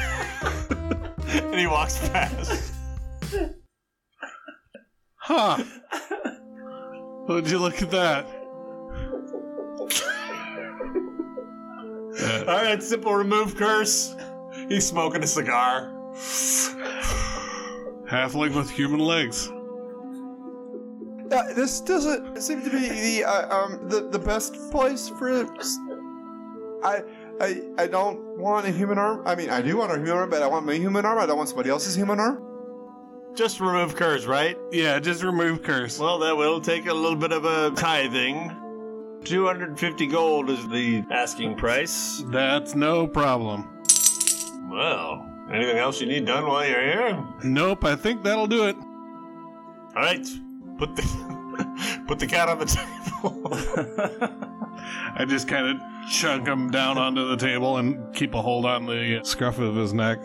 and he walks past.
Huh. Would you look at that? Uh,
All right, simple remove curse. He's smoking a cigar.
halfling with human legs.
Uh, this doesn't seem to be the uh, um the, the best place for. s- I I I don't want a human arm. I mean, I do want a human arm, but I want my human arm. I don't want somebody else's human arm.
Just remove curse, right?
Yeah, just remove curse.
Well, that will take a little bit of a tithing. 250 gold is the asking price.
That's no problem.
Well, anything else you need done while you're here?
Nope, I think that'll do it.
All right, put the <laughs> put the cat on the table.
I just kind of chunk him down onto the table and keep a hold on the scruff of his neck.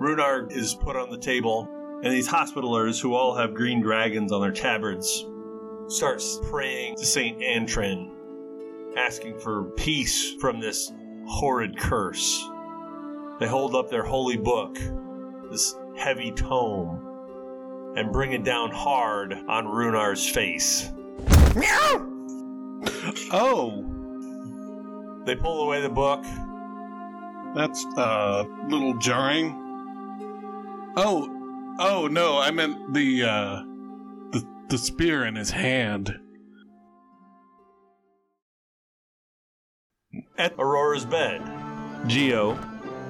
Runar is put on the table, and these hospitalers, who all have green dragons on their tabards, starts praying to Saint Antrin, asking for peace from this horrid curse. They hold up their holy book, this heavy tome, and bring it down hard on Runar's face.
Oh,
They pull away the book.
that's a uh, little jarring. Oh, oh no, I meant the uh, the the spear in his hand.
at Aurora's bed. Geo,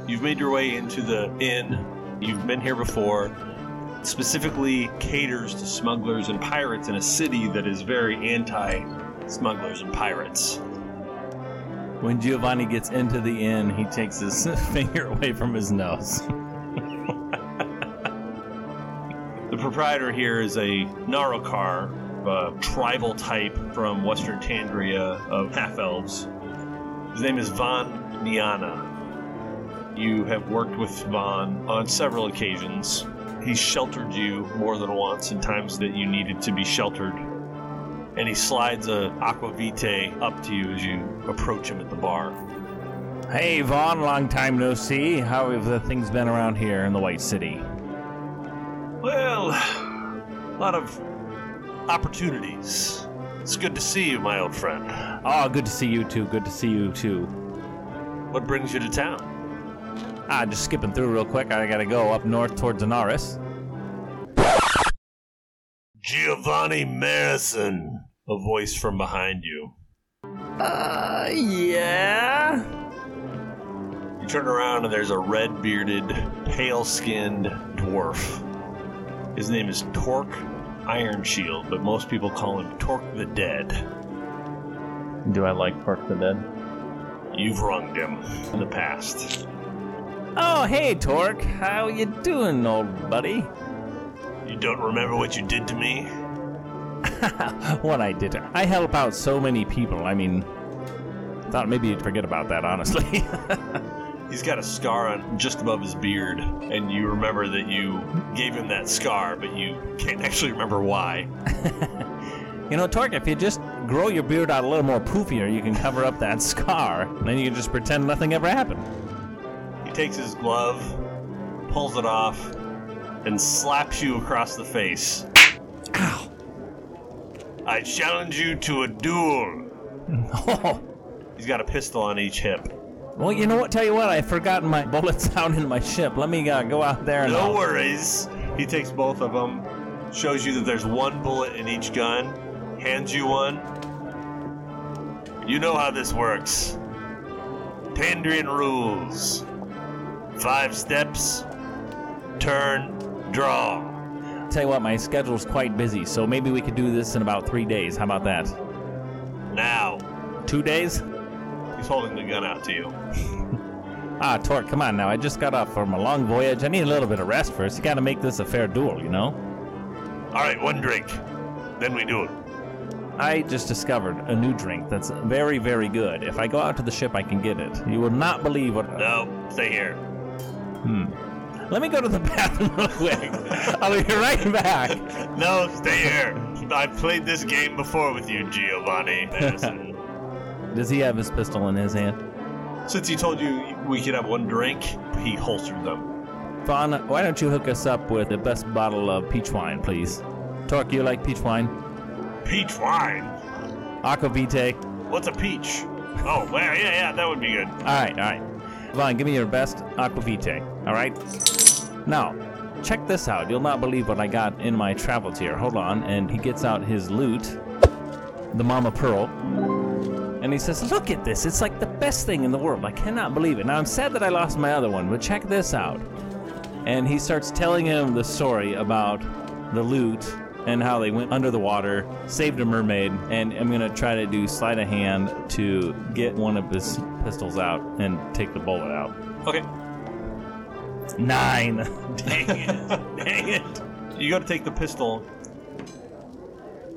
you've made your way into the inn. You've been here before. It specifically caters to smugglers and pirates in a city that is very anti smugglers and pirates.
When Giovanni gets into the inn, he takes his <laughs> finger away from his nose.
The proprietor here is a Narokar, a tribal type from western Tandria of half elves. His name is Von Niana. You have worked with Von on several occasions. He's sheltered you more than once in times that you needed to be sheltered. And he slides a aqua vitae up to you as you approach him at the bar.
Hey, Vaughn, long time no see. How have the things been around here in the White City?
Well, a lot of opportunities. It's good to see you, my old friend.
Oh, good to see you too. Good to see you too.
What brings you to town?
Ah, just skipping through real quick. I gotta go up north towards Anaris.
Giovanni Marison. A voice from behind you.
Uh, yeah.
You turn around and there's a red bearded, pale skinned dwarf. His name is Torque Iron Shield, but most people call him Torque the Dead.
Do I like Park the Dead?
You've wronged him in the past.
Oh, hey, Torque. How you doing, old buddy? <laughs>
You don't remember what you did to me?
what I did. I help out so many people. I mean, thought maybe you'd forget about that, honestly. <laughs>
He's got a scar on just above his beard, and you remember that you gave him that scar, but you can't <laughs> actually remember why.
you know, Torque, if you just grow your beard out a little more poofier, you can cover up that <laughs> scar. And then you can just pretend nothing ever happened.
He takes his glove, pulls it off, and slaps you across the face.
Ow.
I challenge you to a duel.
Oh,
He's got a pistol on each hip.
well, you know what? Tell you what, I've forgotten my <laughs> bullets out in my ship. Let me uh, go out there and.
No
I'll-
worries. He takes both of them, shows you that there's one bullet in each gun, hands you one. You know how this works. Pandrian rules. Five steps, turn, draw.
Tell you what, my schedule's quite busy, so maybe we could do this in about three days. How about that?
Now.
Two days?
He's holding the gun out to you.
Ah, Torque, come on now. I just got off from a long voyage. I need a little bit of rest first. You gotta make this a fair duel, you know?
All right, one drink. Then we do it.
I just discovered a new drink that's very, very good. If I go out to the ship, I can get it. You will not believe what.
No, stay here. <laughs>
Let me go to the <laughs> bathroom real quick. I'll be right back.
No, stay here. I've played this game before with you, Giovanni. Madison.
Does he have his pistol in his hand?
Since he told you we could have one drink, he holstered them.
Fawn, why don't you hook us up with the best bottle of peach wine, please? Torque, you like peach wine?
Peach wine?
Aquavite?
What's a peach? Oh, well, yeah, yeah, that would be good.
All right, all right. Vaughn, give me your best aquavite, all right? Now, check this out. You'll not believe what I got in my travel tier. Hold on. And he gets out his loot, the Mama Pearl. And he says, Look at this. It's like the best thing in the world. I cannot believe it. Now, I'm sad that I lost my other one, but check this out. And he starts telling him the story about the loot and how they went under the water, saved a mermaid, and I'm going to try to do sleight of hand to get one of his pistols out and take the bullet out.
Okay.
Nine. <laughs>
Dang it. Dang it. You gotta take the pistol.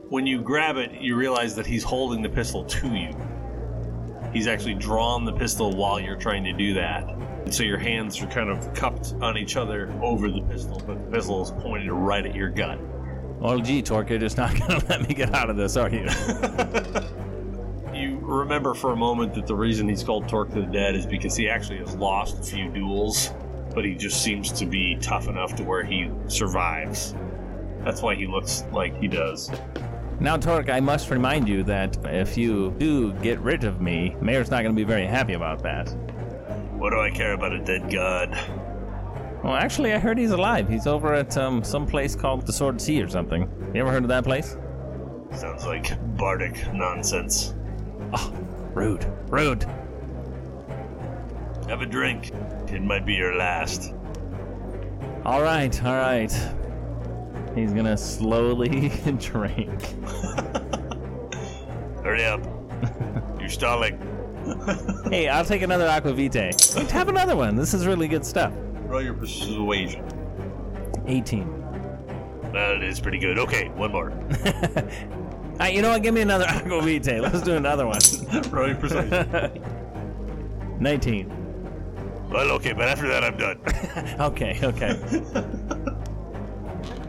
When you grab it, you realize that he's holding the pistol to you. He's actually drawn the pistol while you're trying to do that. And so your hands are kind of cupped on each other over the pistol, but the pistol is pointed right at your gut.
Well, gee, Torque, you're just not <laughs> going to let me get out of this, are you? <laughs>
You remember for a moment that the reason he's called Torque to the Dead is because he actually has lost a few duels, but he just seems to be tough enough to where he survives. That's why he looks like he does.
now, Torque, I must remind you that if you do get rid of me, Mayor's not going to be very happy about that.
What do I care about a dead god?
Well, actually, I heard he's alive. He's over at um, some place called the Sword Sea or something. You ever heard of that place?
Sounds like bardic nonsense.
Rude. Rude.
Have a drink. It might be your last.
All right, all right. He's going to slowly <laughs> drink.
Hurry <laughs> up. You're stalling.
Hey, I'll take another Aquavite. Let's Have another one. This is really good stuff.
Roll your persuasion.
18.
That is pretty good. Okay, one more.
All right, you know what? Give me another <laughs> Aquavite. Let's do another one. <laughs>
Roll your persuasion.
19.
<laughs> well, okay, but after that, I'm done.
Okay, okay.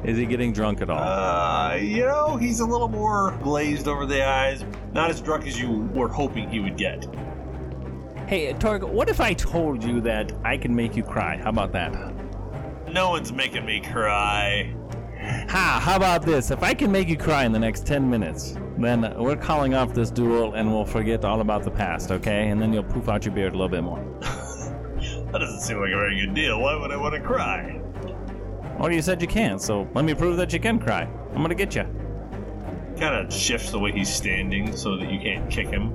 Is he getting drunk at all?
Uh, you know, he's a little more glazed over the eyes. Not as drunk as you were hoping he would get.
hey, Torg, what if I told you that I can make you cry? How about that?
No one's making me cry.
Ha, how about this? If I can make you cry in the next 10 minutes, Then we're calling off this duel and we'll forget all about the past, okay? And then you'll poof out your beard a little bit more.
That doesn't seem like a very good deal. Why would I want to cry?
Or you said you can't, so let me prove that you can cry. I'm gonna get you.
Kind of shifts the way he's standing so that you can't kick him.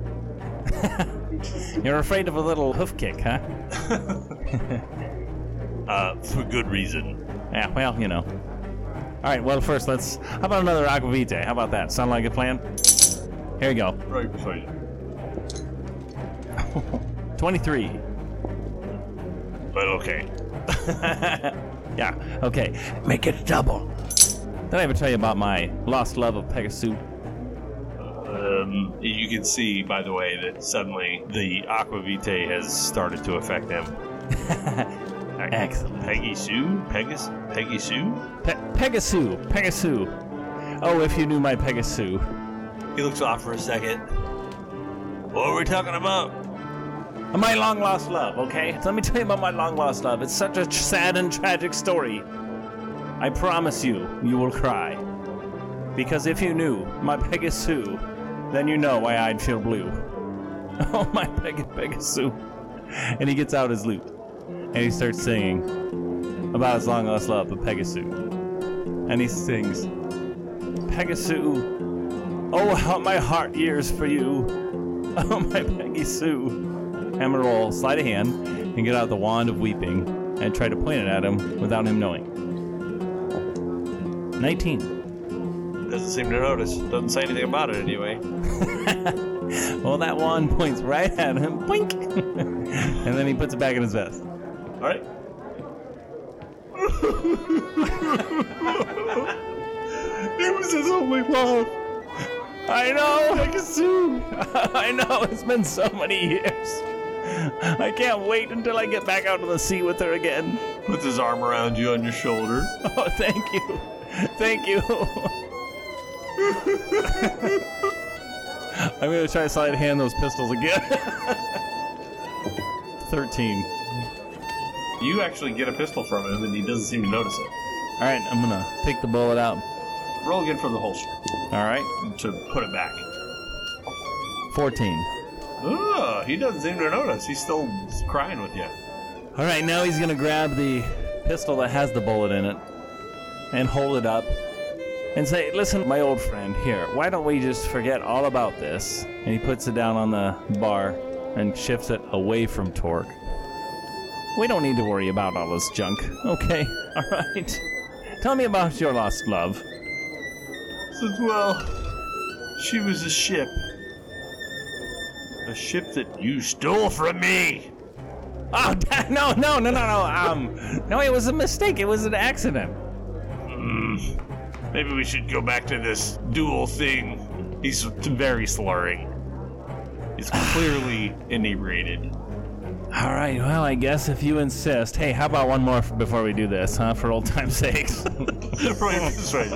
You're afraid of a little hoof kick, huh?
Uh, for good reason.
Yeah, well, you know. All right, well, first, let's. How about another Aqua Vitae? How about that? Sound like a plan? Here we go.
Right beside you.
23.
But okay.
Yeah, okay. Make it double. Did I ever tell you about my lost love of Pegasus?
Um, you can see, by the way, that suddenly the Aqua Vitae has started to affect him. Pe-
Excellent.
Peggy Sue? Pegas? Peggy Sue?
Pe- Pegasus! Pegasus! Oh, if you knew my Pegasus.
He looks off for a second. What were we talking about?
My long lost love, okay? Let me tell you about my long lost love. It's such a tr- sad and tragic story. I promise you, you will cry. Because if you knew my Pegasus, then you know why I'd feel blue. <laughs> Oh, my Peg- Pegasus. And he gets out his lute and he starts singing about his long lost love, the Pegasus. And he sings, Pegasus, oh, how my heart yearns for you. <laughs> Oh, my Pegasus hammer roll, slide a hand, and get out the wand of weeping and try to point it at him without him knowing. 19.
Doesn't seem to notice. Doesn't say anything about it anyway.
Well, that wand <laughs> points right at him. Boink! <laughs> and then he puts it back in his vest.
All right. it was his only love.
I know! oh I can sue! <laughs> I know, it's been so many years. I can't wait until I get back out to the sea with her again.
Puts his arm around you on your shoulder.
<laughs> Oh, thank you. Thank you. <laughs> I'm going to try to slide hand those pistols again. <laughs> 13.
You actually get a pistol from him, and he doesn't seem to notice it.
All right, I'm going to take the bullet out.
Roll again from the holster
All right,
to put it back.
14.
Ugh, Oh, he doesn't seem to notice. He's still crying with you.
All right, now he's gonna grab the pistol that has the bullet in it and hold it up and say, "Listen, my old friend, here. Why don't we just forget all about this?" And he puts it down on the bar and shifts it away from Torque. We don't need to worry about all this junk, okay? <laughs> All right. Tell me about your lost love. <laughs>
Says, well, she was a ship. A ship that you stole from me.
Oh <laughs> no, no, no, no, no. Um, no, it was a mistake. It was an accident.
Maybe we should go back to this dual thing. He's very slurring. He's clearly inebriated.
All right, well, I guess if you insist. Hey, how about one more f- before we do this, huh? For old time's sake.
<laughs> Right,
<laughs>
that's right.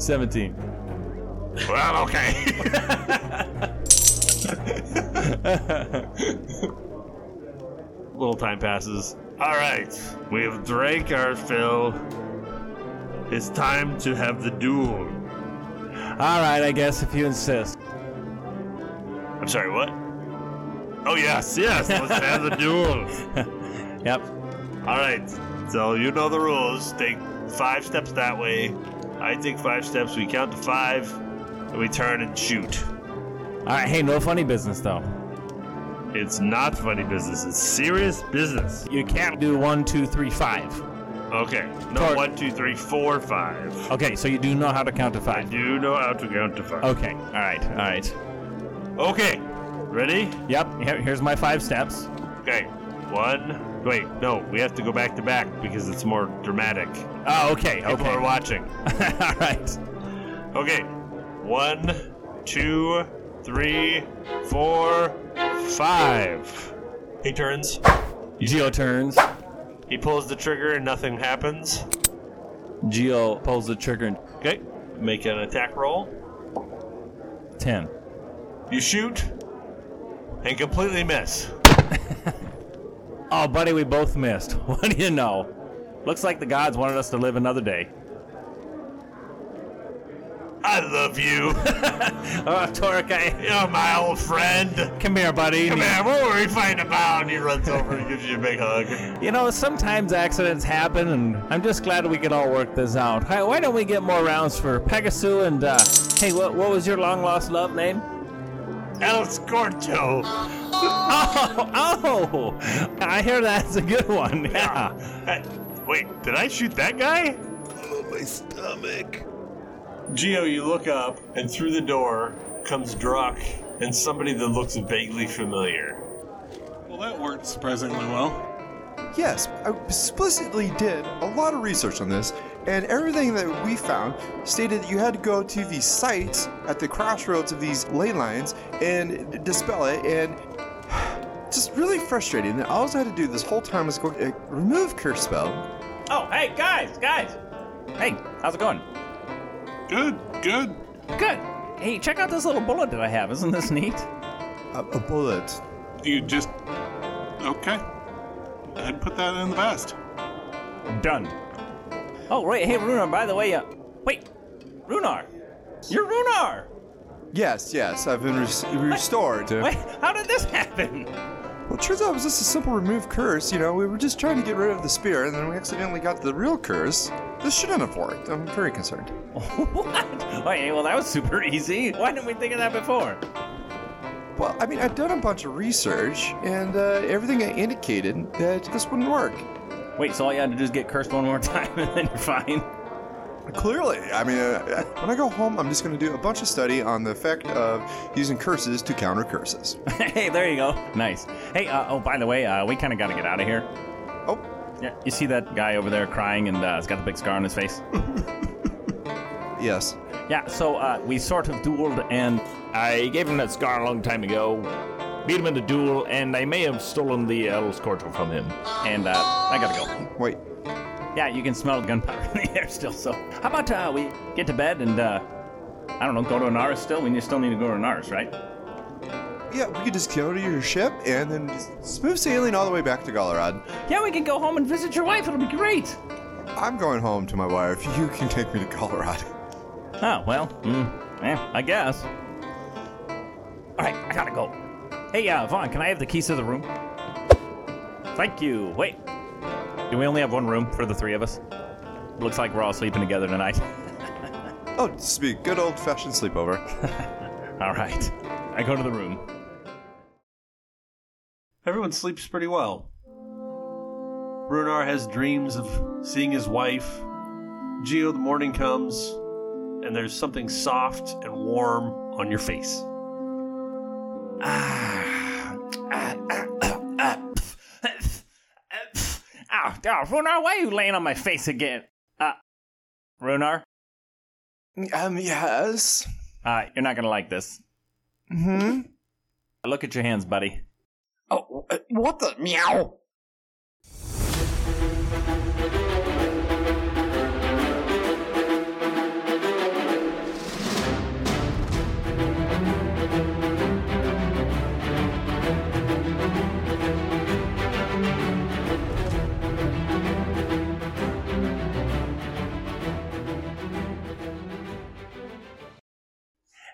17.
Well, okay. Little time passes. All right, we have drank our fill. It's time to have the duel.
All right, I guess if you insist.
I'm sorry, what? Oh, yes, yes, let's have the duel.
Yep.
All right, so you know the rules. Take five steps that way. I take five steps. We count to five, and we turn and shoot.
All right, hey, no funny business, though.
It's not funny business. It's serious business.
You can't do one, two, three, five.
Okay. No,
Tor-
one, two, three, four, five.
Okay, so you do know how to count to
I
five.
do know how to count to five.
Okay, all right, all right.
Okay. Ready?
Yep, here, here's my five steps.
Okay. One. Wait, no. We have to go back to back because it's more dramatic.
Oh, okay, <laughs>
People
okay.
are watching.
all right.
Okay. One, two, three, four, five. He turns.
Geo turns.
He pulls the trigger and nothing happens.
Geo pulls the trigger and
Okay. Make an attack roll.
10.
You shoot and completely miss.
Oh, buddy, we both missed. <laughs> What do you know? Looks like the gods wanted us to live another day.
I love you.
<laughs>
<laughs>
Oh, Torakai,
You're my old friend.
come here, buddy.
Come here, what were we fighting about? And he runs over and gives you a big hug.
You know, sometimes accidents happen, and I'm just glad we can all work this out. Hi, why don't we get more rounds for Pegasus and, uh, hey, what, what was your long lost love name? <laughs>
El Scorcho.
Oh, oh! I hear that's a good one. Yeah.
Uh, Wait, did I shoot that guy?
my stomach.
Geo, you look up, and through the door comes Drock and somebody that looks vaguely familiar.
Well, that worked surprisingly well.
Yes, I explicitly did a lot of research on this, and everything that we found stated that you had to go to these sites at the crossroads of these ley lines and dispel it, and <sighs> just really frustrating that all I had to do this whole time was go uh, remove curse spell.
Oh, hey, guys, guys. Hey, how's it going?
Good, good.
Good. Hey, check out this little bullet that I have. Isn't this neat?
A, a bullet.
You just okay. I'd put that in the vest.
Done. Oh, right. Hey, Runar, by the way, uh, wait. Runar. You're Runar.
Yes, yes, I've been res- restored.
Wait, how did this happen? <laughs>
Well, it turns out it was just a simple remove curse. You know, we were just trying to get rid of the spear, and then we accidentally got the real curse. This shouldn't have worked. I'm very concerned.
what? Wait, well, that was super easy. Why didn't we think of that before?
Well, I mean, I've done a bunch of research, and uh, everything indicated that this wouldn't work.
Wait, so all you had to do is get cursed one more <laughs> time, and then you're fine. <laughs>
Clearly, I mean, uh, when I go home, I'm just going to do a bunch of study on the effect of using curses to counter <laughs> curses.
hey, there you go. Nice. Hey, uh, oh, by the way, uh, we kind of got to get out of here.
Oh,
Yeah, you see that guy over there crying, and uh, he's got the big scar on his face.
yes.
yeah, so uh, we sort of dueled, and
I gave him that scar a long time ago. Beat him in the duel, and I may have stolen the El Scorcho from him.
and uh, I gotta go.
Wait.
Yeah, you can smell gunpowder <laughs> in the air still. So how about uh, we get to bed and uh, I don't know, go to Anaris still. We still need to go to Anaris, right?
Yeah, we could just go to your ship and then just smooth sailing all the way back to Galarad.
Yeah, we can go home and visit your wife. It'll be great.
I'm going home to my wife. You can take me to Galarad.
Oh, well, mm, eh, I guess. All right, I gotta go. Hey, uh, Vaughn, can I have the keys to the room? Thank you. Wait. Do we only have one room for the three of us? Looks like we're all sleeping together tonight.
<laughs>
<laughs>
Oh, this would be a good old fashioned sleepover.
All right. I go to the room.
Everyone sleeps pretty well. Runar has dreams of seeing his wife. Geo, the morning comes, and there's something soft and warm on your face.
Ow, ow, Runar, why are you laying on my face again? Uh, Runar,
um, yes.
uh, you're not gonna like this.
Hmm?
Look at your hands, buddy.
Oh, what the meow?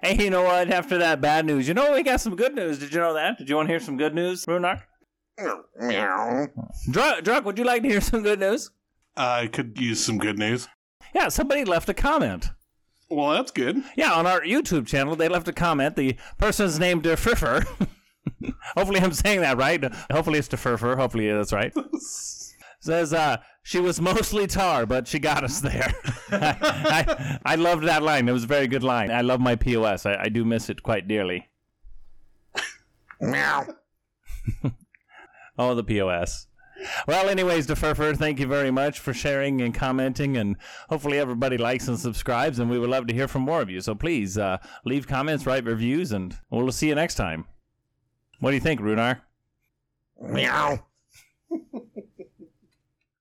Hey, you know what? After that bad news, you know we got some good news. Did you know that? Did you want to hear some good news, Runar?
Meow.
Drunk, drunk. Would you like to hear some good news?
I could use some good news.
Yeah, somebody left a comment.
Well, that's good.
Yeah, on our YouTube channel, they left a comment. The person's named Defrifer. <laughs> Hopefully, I'm saying that right. Hopefully, it's Defrifer. Hopefully, that's right. Says, uh, she was mostly tar, but she got us there. <laughs> I, I loved that line. It was a very good line. I love my POS. I, I do miss it quite dearly.
Meow.
Oh, the POS. Well, anyways, Deferfer, thank you very much for sharing and commenting, and hopefully everybody likes and subscribes, and we would love to hear from more of you. So please uh, leave comments, write reviews, and we'll see you next time. What do you think, Runar?
Meow.